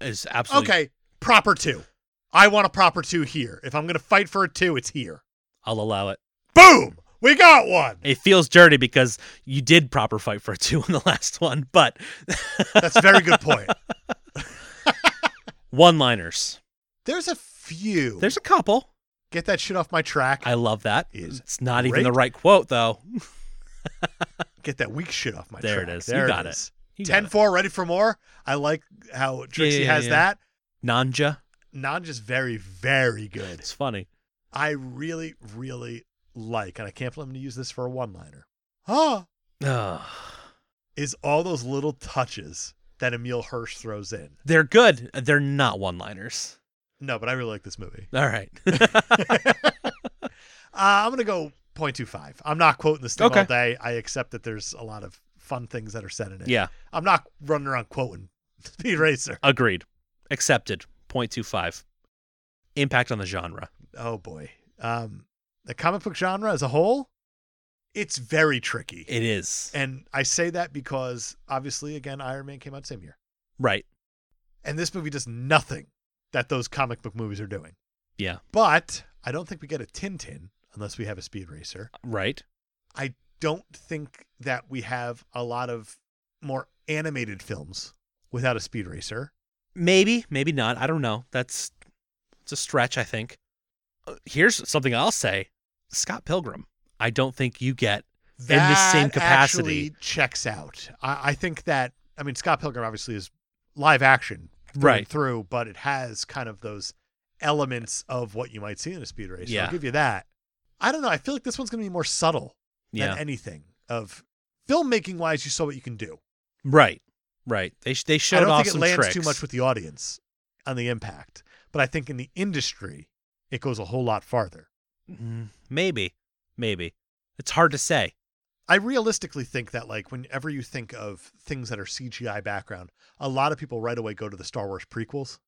is absolutely okay, proper two. I want a proper two here. If I'm gonna fight for a two, it's here. I'll allow it. Boom, we got one. It feels dirty because you did proper fight for a two in the last one, but That's a very good point. one liners. There's a few. There's a couple. get that shit off my track. I love that. Is It's not even the great. right quote though. get that weak shit off my There it track. is. You got it. You got Ten it. four, ready for more. I like how Trixie Yeah, yeah, has yeah. that. Nanja. Not just very, very good. It's funny. I really, really like, and I can't believe I'm going to use this for a one liner. Ah, Ugh. is all those little touches that Emil Hirsch throws in. They're good. They're not one liners. No, but I really like this movie. All right. Uh, I'm going to go 0.25. I'm not quoting this thing Okay. all day. I accept that there's a lot of fun things that are said in it. yeah. I'm not running around quoting Speed Racer. Agreed. Accepted. 0.25. Impact on the genre. Oh, boy. Um, the comic book genre as a whole, it's very tricky. It is. and I say that because obviously, again, Iron Man came out same year. Right. And this movie does nothing that those comic book movies are doing. Yeah. But I don't think we get a Tintin unless we have a Speed Racer. Right. I don't think that we have a lot of more animated films without a Speed Racer. Maybe, maybe not. I don't know. That's it's a stretch, I think. Uh, Here's something I'll say. Scott Pilgrim. I don't think you get the That same actually capacity. checks out. I, I think that I mean Scott Pilgrim obviously is live action through and Right. through, but it has kind of those elements of what you might see in a speed race. Yeah. I'll give you that. I don't know. I feel like this one's going to be more subtle Yeah. than anything of filmmaking wise. You saw what you can do. right. Right. They sh- they showed I don't off think it some lands tricks. too much with the audience on the impact, but I think in the industry it goes a whole lot farther. Mm, maybe. Maybe. It's hard to say. I realistically think that like whenever you think of things that are CGI background, a lot of people right away go to the Star Wars prequels,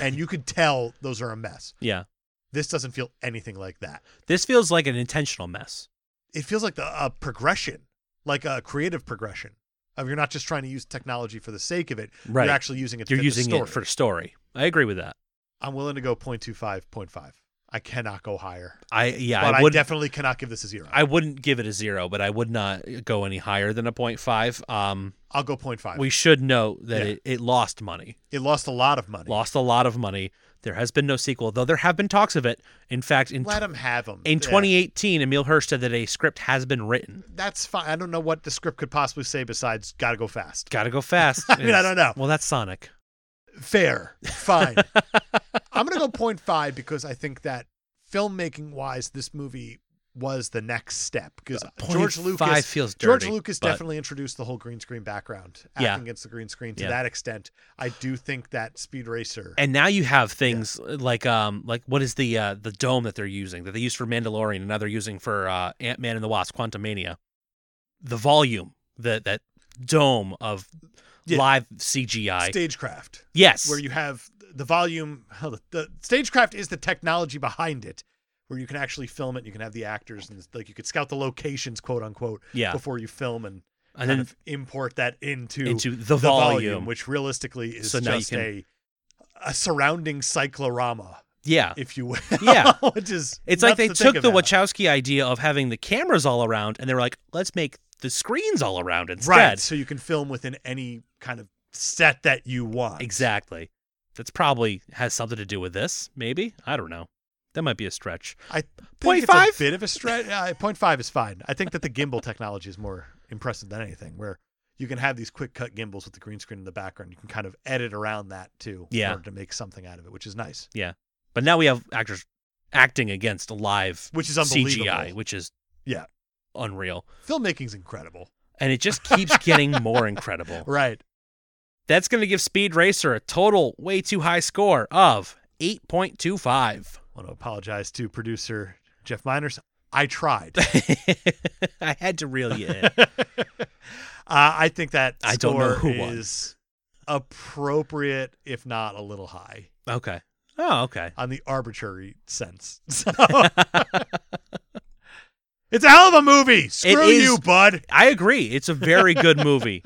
and you could tell those are a mess. Yeah. This doesn't feel anything like that. This feels like an intentional mess. It feels like the, a progression, like a creative progression. Of you're not just trying to use technology for the sake of it. Right. You're actually using it. To You're fit the using story. it for story. I agree with that. I'm willing to go 0.25, 0.5. I cannot go higher, I yeah, but I I, would definitely cannot give this a zero. I wouldn't give it a zero, but I would not go any higher than a 0.5. Um, I'll go 0.5. we should note that Yeah. it, it lost money, it lost a lot of money. lost a lot of money. There has been no sequel, though there have been talks of it. In fact, in Let them have them. in 2018, Emil Hirsch said that a script has been written. that's fine. I don't know what the script could possibly say besides "gotta go fast." Got to go fast. I mean, I don't know. Well, that's Sonic. Fair, fine. I'm gonna go 0.5 because I think that filmmaking wise, this movie was the next step because George 0.5 Lucas. Uh, feels George dirty, Lucas but- definitely introduced the whole green screen background, acting Yeah. against the green screen. To Yeah. that extent, I do think that Speed Racer. And now you have things like um like what is the uh the dome that they're using that they use for Mandalorian and now they're using for uh Ant Man and the Wasp Quantumania. The volume that that dome of Yeah. live CGI. Stagecraft, yes. where you have the volume, hell, the, the stagecraft is the technology behind it, where you can actually film it. You can have the actors and like you could scout the locations, quote unquote, yeah. before you film and And kind then of import that into, into the, the volume, volume. which realistically is So now you just can- a a surrounding cyclorama, yeah. if you will. Yeah. which is It's like nuts they to took think the about. Wachowski idea of having the cameras all around and they were like, let's make the screens all around instead. right, so you can film within any kind of set that you want. Exactly. That's probably has something to do with this, maybe. I don't know. That might be a stretch. I think Point it's five? a bit of a stretch. Uh, point five is fine. I think that the gimbal technology is more impressive than anything, where you can have these quick cut gimbals with the green screen in the background. You can kind of edit around that too, Yeah. in order to make something out of it, which is nice. But now we have actors acting against live Which is unbelievable. CGI, which is Yeah. unreal. Filmmaking's incredible, And it just keeps getting more incredible. right? That's going to give Speed Racer a total way too high score of 8.25. I want to apologize to producer Jeff Miners. I tried. I had to reel you in. uh, I think that I don't know score who won. is appropriate, if not a little high, Okay. Oh, okay. on the arbitrary sense. So- it's a hell of a movie. Screw is- you, bud. I agree. It's a very good movie,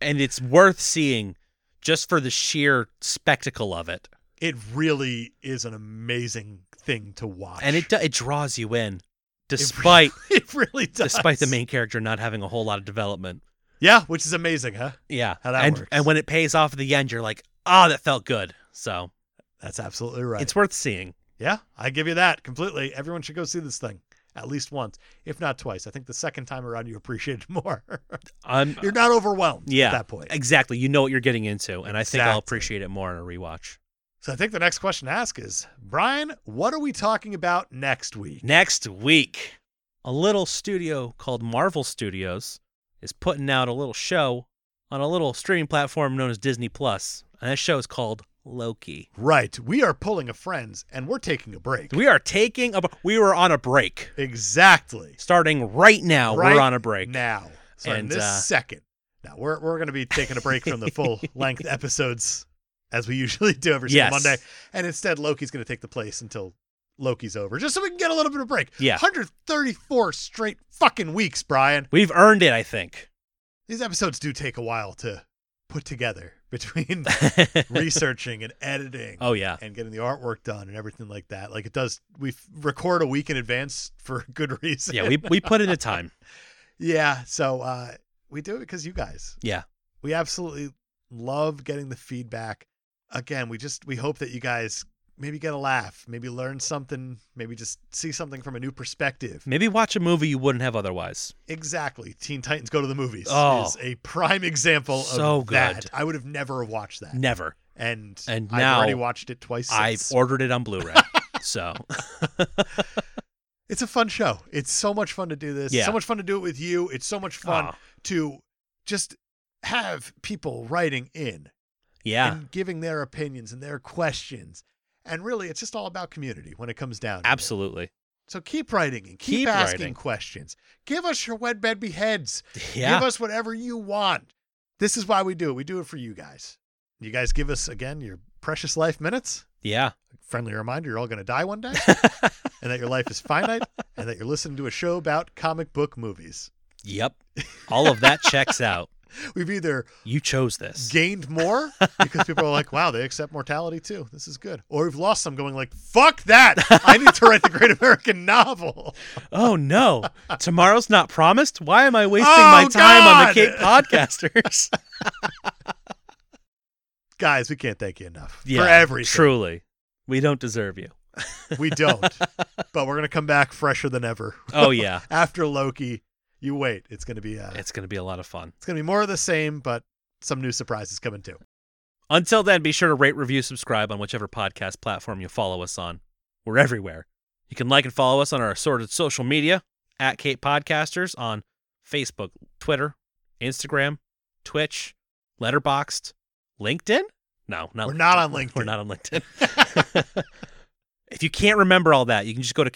and it's worth seeing just for the sheer spectacle of it. It really is an amazing thing to watch, And it do- it draws you in, It re- despite it really does. despite the main character not having a whole lot of development. yeah, which is amazing, huh? Yeah, How that and works. and when it pays off at the end, you're like, oh, that felt good. So That's absolutely right. it's worth seeing. Yeah, I give you that completely. Everyone should go see this thing at least once, if not twice. I think the second time around you appreciate it more. I'm You're not overwhelmed Yeah. at that point. exactly. You know what you're getting into, and I think I'll Exactly. appreciate it more in a rewatch. So I think the next question to ask is, Brian, what are we talking about next week? Next week, a little studio called Marvel Studios is putting out a little show on a little streaming platform known as Disney Plus, and that show is called Loki. Right, we are pulling a friends and we're taking a break. We are taking a we were on a break. exactly. Starting right now, Right we're on a break. Now, starting And, this uh, second. Now we're we're going to be taking a break from the full length episodes as we usually do every single Yes. Monday, and instead Loki's going to take the place until Loki's over, just so we can get a little bit of break. Yeah. 134 straight fucking weeks, Brian. We've earned it, I think. These episodes do take a while to put together between researching and editing. oh yeah. and getting the artwork done and everything like that. Like it does, we f- record a week in advance for a good reason. Yeah, we we put in the time. yeah. So uh, we do it because you guys. Yeah. we absolutely love getting the feedback. Again, we just we hope that you guys maybe get a laugh, maybe learn something, maybe just see something from a new perspective. Maybe watch a movie you wouldn't have otherwise. Exactly. Teen Titans Go to the Movies Oh. is a prime example So of that. good. I would have never have watched that, Never. and And I've now already watched it twice. I've since. ordered it on Blu-ray. so It's a fun show. It's so much fun to do this. Yeah. So much fun to do it with you. It's so much fun Aw, to just have people writing in yeah. and giving their opinions and their questions. And really, it's just all about community when it comes down. to it. Absolutely. So keep writing and keep, Keep asking writing. questions. Give us your wet bed beheads. Yeah. Give us whatever you want. This is why we do it. We do it for you guys. You guys give us, again, your precious life minutes. yeah. Friendly reminder you're all going to die one day. and that your life is finite and that you're listening to a show about comic book movies. Yep. All of that checks out. We've either You chose this. gained more because people are like, wow, they accept mortality too. This is good. Or we've lost some going like, fuck that. I need to write the great American novel. Oh no. Tomorrow's not promised? Why am I wasting Oh, my time on the God. Cape Podcasters? Guys, we can't thank you enough Yeah, for everything. Truly. We don't deserve you. We don't. but we're going to come back fresher than ever. Oh yeah. After Loki, you wait. It's going to be uh, It's gonna be a lot of fun. it's going to be more of the same, but some new surprises coming too. Until then, be sure to rate, review, subscribe on whichever podcast platform you follow us on. We're everywhere. You can like and follow us on our assorted social media at Cape Podcasters on Facebook, Twitter, Instagram, Twitch, Letterboxed, LinkedIn. No, not We're not on We're LinkedIn. not on LinkedIn. if you can't remember all that, you can just go to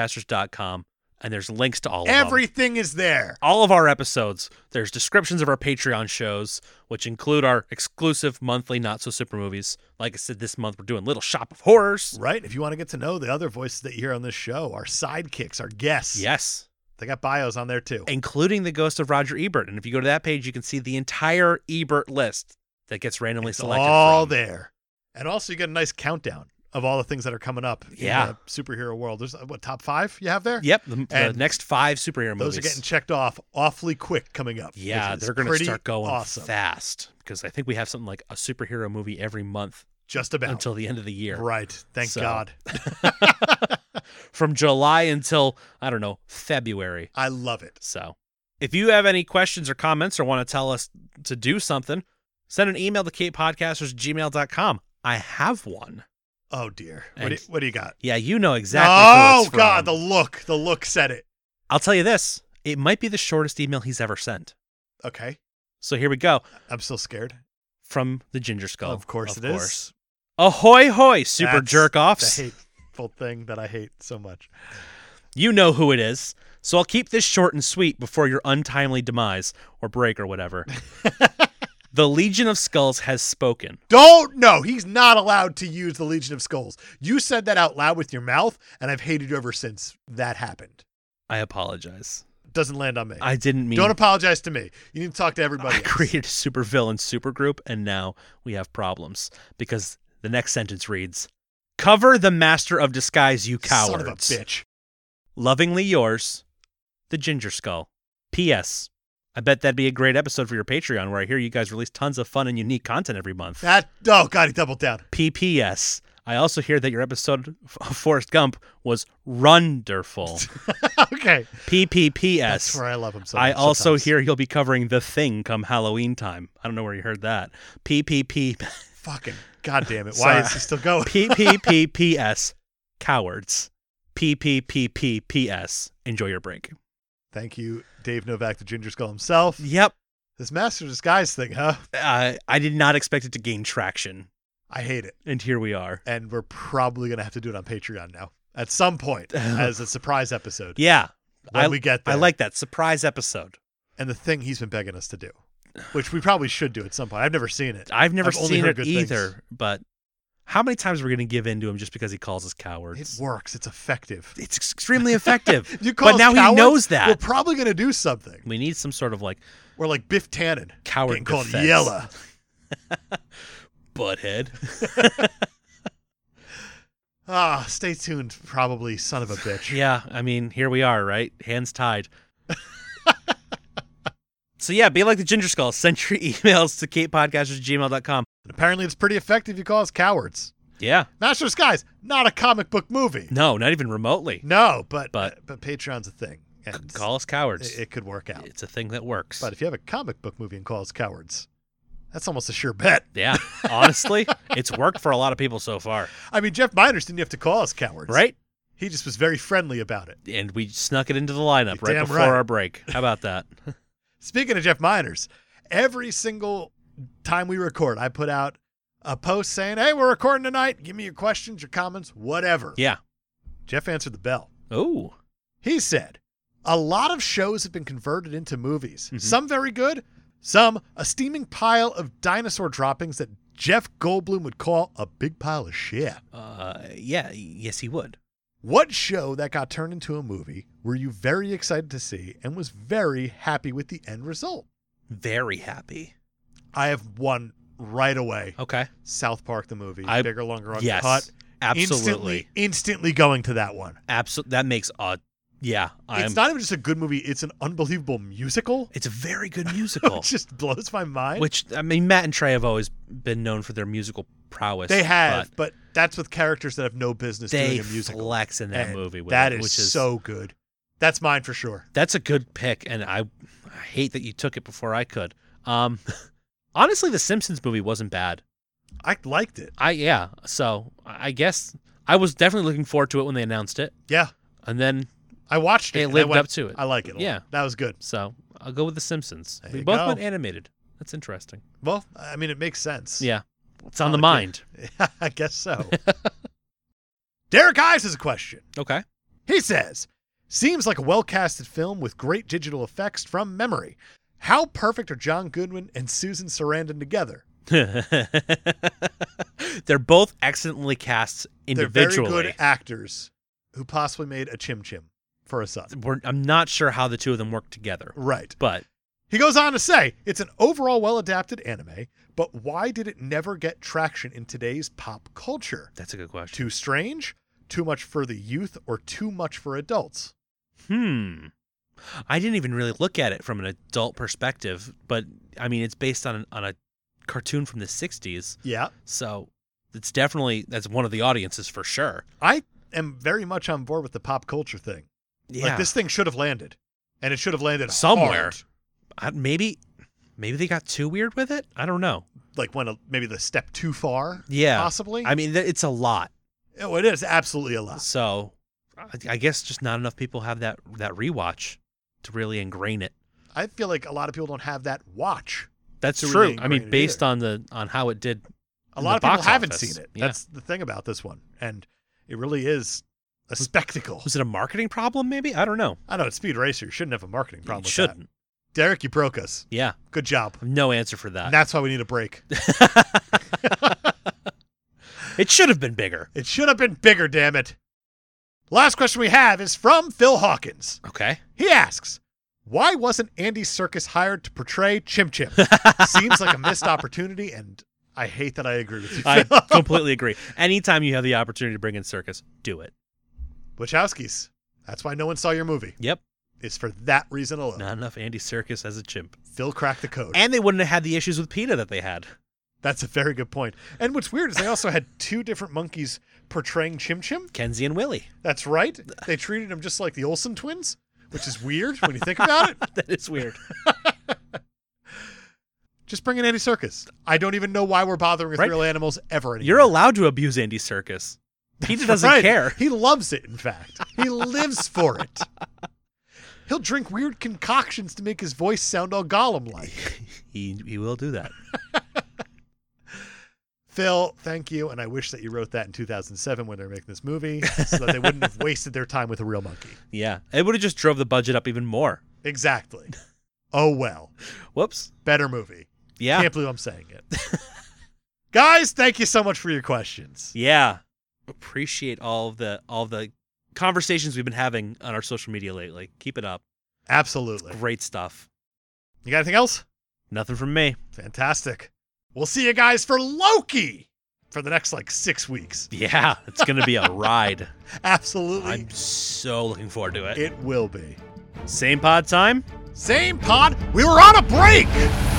capepodcasters.com and there's links to all of them Everything is there. all of our episodes, there's descriptions of our Patreon shows, which include our exclusive monthly Not So Super movies. Like I said, this month we're doing Little Shop of Horrors. Right. If you want to get to know the other voices that you hear on this show, our sidekicks, our guests. Yes, They got bios on there too. including the ghost of Roger Ebert. And if you go to that page, you can see the entire Ebert list that gets randomly It's selected. all from. there. And also you get a nice countdown of all the things that are coming up Yeah. in the superhero world. There's uh, what top five you have there? Yep, the, the And next five superhero Those movies. are getting checked off awfully quick coming up. yeah, which is they're going to pretty start going awesome. fast because I think we have something like a superhero movie every month Just about until the end of the year. right. Thank So. God. from July until, I don't know, February. I love it. So if you have any questions or comments or want to tell us to do something, send an email to katepodcasters gmail.com. I have one. Oh dear. What do, And- you, what do you got? Yeah, you know exactly. who oh it's from. god, the look. The look said it. I'll tell you this it might be the shortest email he's ever sent. Okay. So here we go I'm still scared. from the Ginger Skull. Of course of it is. course. Ahoy, hoy, super That's jerk offs. The hateful thing that I hate so much. You know who it is. So I'll keep this short and sweet before your untimely demise or break or whatever. the Legion of Skulls has spoken. Don't no, he's not allowed to use the Legion of Skulls. You said that out loud with your mouth, and I've hated you ever since that happened. I apologize. Doesn't land on me. I didn't mean Don't apologize to me. You need to talk to everybody. I else. created a supervillain supergroup and now we have problems because the next sentence reads Cover the master of disguise, you cowards. Son of a bitch. Lovingly yours, the Ginger Skull. P.S. I bet that'd be a great episode for your Patreon where I hear you guys release tons of fun and unique content every month. That oh god, he doubled down. PPS. I also hear that your episode of Forrest Gump was wonderful. okay. That's PPPS. where I love him so I much also sometimes. hear you'll be covering The Thing come Halloween time. I don't know where you heard that. PPP Fucking god damn it. Sorry. Why is he still going? PPPPS. Cowards. PPPPPS. Enjoy your break. Thank you, Dave Novak, the Ginger Skull himself. Yep. This Master of Disguise thing, huh? Uh, I did not expect it to gain traction. I hate it. And here we are. And we're probably going to have to do it on Patreon now at some point as a surprise episode Yeah. when I, we get I there. like that. Surprise episode. And the thing he's been begging us to do, which we probably should do at some point. I've never seen it. I've never I've only seen heard it good things. either, but how many times are we going to give in to him just because he calls us cowards? It works. It's effective. it's extremely effective. You call but us now he cowards? knows We're that. probably going to do something. we need some sort of like We're like Biff Tannen. Coward Getting called defense. Yella. butthead. Ah, stay tuned. Probably son of a bitch. yeah, I mean, here we are, right? Hands tied. so yeah, be like the ginger skull. Send your emails to katepodcasters@gmail.com. And apparently, it's pretty effective. You call us cowards. Yeah. Master of Disguise, not a comic book movie. No, not even remotely. No, but But- but Patreon's a thing, and Call us cowards. it, it could work out. it's a thing that works. But if you have a comic book movie and calls cowards, that's almost a sure bet. yeah, honestly, it's worked for a lot of people so far, I mean, Jeff Miners didn't have to call us cowards, right? He just was very friendly about it. and we snuck it into the lineup right You're damn before right. our break. How about that? Speaking of Jeff Miners, every single time we record, I put out a post saying, "Hey, we're recording tonight. Give me your questions, your comments, whatever." yeah. Jeff answered the bell. Oh, He said, A lot of shows have been converted into movies, Mhm. some very good, some a steaming pile of dinosaur droppings that Jeff Goldblum would call a big pile of shit. uh, yeah. Yes, he would. What show that got turned into a movie were you very excited to see and was very happy with the end result? Very happy. I have one right away. Okay. South Park the movie, I- bigger, longer, uncut. yes. Absolutely. Instantly, instantly going to that one. Absolutely. That makes a. Yeah. I'm. It's It's, not even just a good movie; it's an unbelievable musical. a very good It musical. just blows my mind. which I mean, Matt and Trey have always been known for their musical prowess. They have, but but, that's with characters that have no business They doing a musical. flex in that And movie. With that it, is which is so good. That's mine for sure. That's a good pick, and I, I hate that you took it before I could. Um, honestly, the Simpsons movie wasn't bad. I liked it. I yeah. So I I guess I was definitely looking forward to it when they announced it, Yeah, and then I watched it. it and I lived went, up to it. I like it. a lot. Yeah. that was good. So I'll go with the Simpsons. There we you both go. went animated. That's interesting. Well, I mean, it makes sense. Yeah, Oh, it's on the not a mind. I guess so. Derek Ives has a question. Okay. He says, "Seems like a well-casted film with great digital effects from memory. How perfect are John Goodman and Susan Sarandon together? They're both excellently cast They're very individually. good actors who possibly made a chim chim for us up. We're, I'm not sure how the two of them work together, Right." but He goes on to say, it's an overall well adapted anime, but why did it never get traction in today's pop culture? that's a good question. Too strange, too much for the youth, or too much for adults? Hmm. I didn't even really look at it from an adult perspective, but I mean, it's based on on a cartoon from the '60s, Yeah. so it's definitely that's one of the audiences for sure. I am very much on board with the pop culture thing. Yeah. Like this thing should have landed, and it should have landed Somewhere. hard. I, maybe maybe they got too weird with it. I don't know. Like when a, maybe the step too far. Yeah. possibly. I mean, th- it's a lot. oh, it is absolutely a lot. So I, I guess just not enough people have that that rewatch to really ingrain it. I feel like a lot of people don't have that watch. That's To true. really I ingrain mean, it based either. on the on how it did. A in lot the of people box haven't office. seen it. Yeah. That's the thing about this one, and it really is a spectacle. Was it a marketing problem? Maybe I don't know. I know it's Speed Racer. You shouldn't have a marketing problem. it with shouldn't. Uh, that. Derek, you broke us. Yeah, Good job. no answer for that. That's why we need a break. it should have been bigger. It should have been bigger, damn it. Last question we have is from Phil Hawkins. Okay. He asks, "Why wasn't Andy Circus hired to portray Chim Chim? Seems like a missed opportunity, and I hate that I agree with you." I Phil. completely agree. Anytime you have the opportunity to bring in circus, do it. Wachowskis. That's why no one saw your movie. Yep. Is for that reason alone. Not enough Andy Circus as a chimp. Phil cracked the code. And they wouldn't have had the issues with PETA that they had. That's a very good point. And what's weird is they also had two different monkeys portraying Chim Chim. Kenzie and Willie. That's right. They treated him just like the Olsen twins, which is weird when you think about it. that is weird. Just bring in Andy Circus. I don't even know why we're bothering with Right. real animals ever anymore. You're allowed to abuse Andy Circus. PETA doesn't Right. care. He loves it, in fact. He lives for it. He'll drink weird concoctions to make his voice sound all gollum like. He he will do that. Phil, thank you. And I wish that you wrote that in 2007 when they were making this movie so that they wouldn't have wasted their time with a real monkey. Yeah. It would have just drove the budget up even more. Exactly. Oh, well. Whoops. Better movie. Yeah. Can't believe I'm saying it. Guys, thank you so much for your questions. Yeah. Appreciate all of the all of the conversations we've been having on our social media lately. Keep it up. Absolutely. Great stuff. You got anything else? Nothing from me. Fantastic. We'll see you guys for Loki for the next like six weeks. Yeah, it's going to be a ride. Absolutely. I'm so looking forward to it. It will be. Same pod time? Same pod. We were on a break.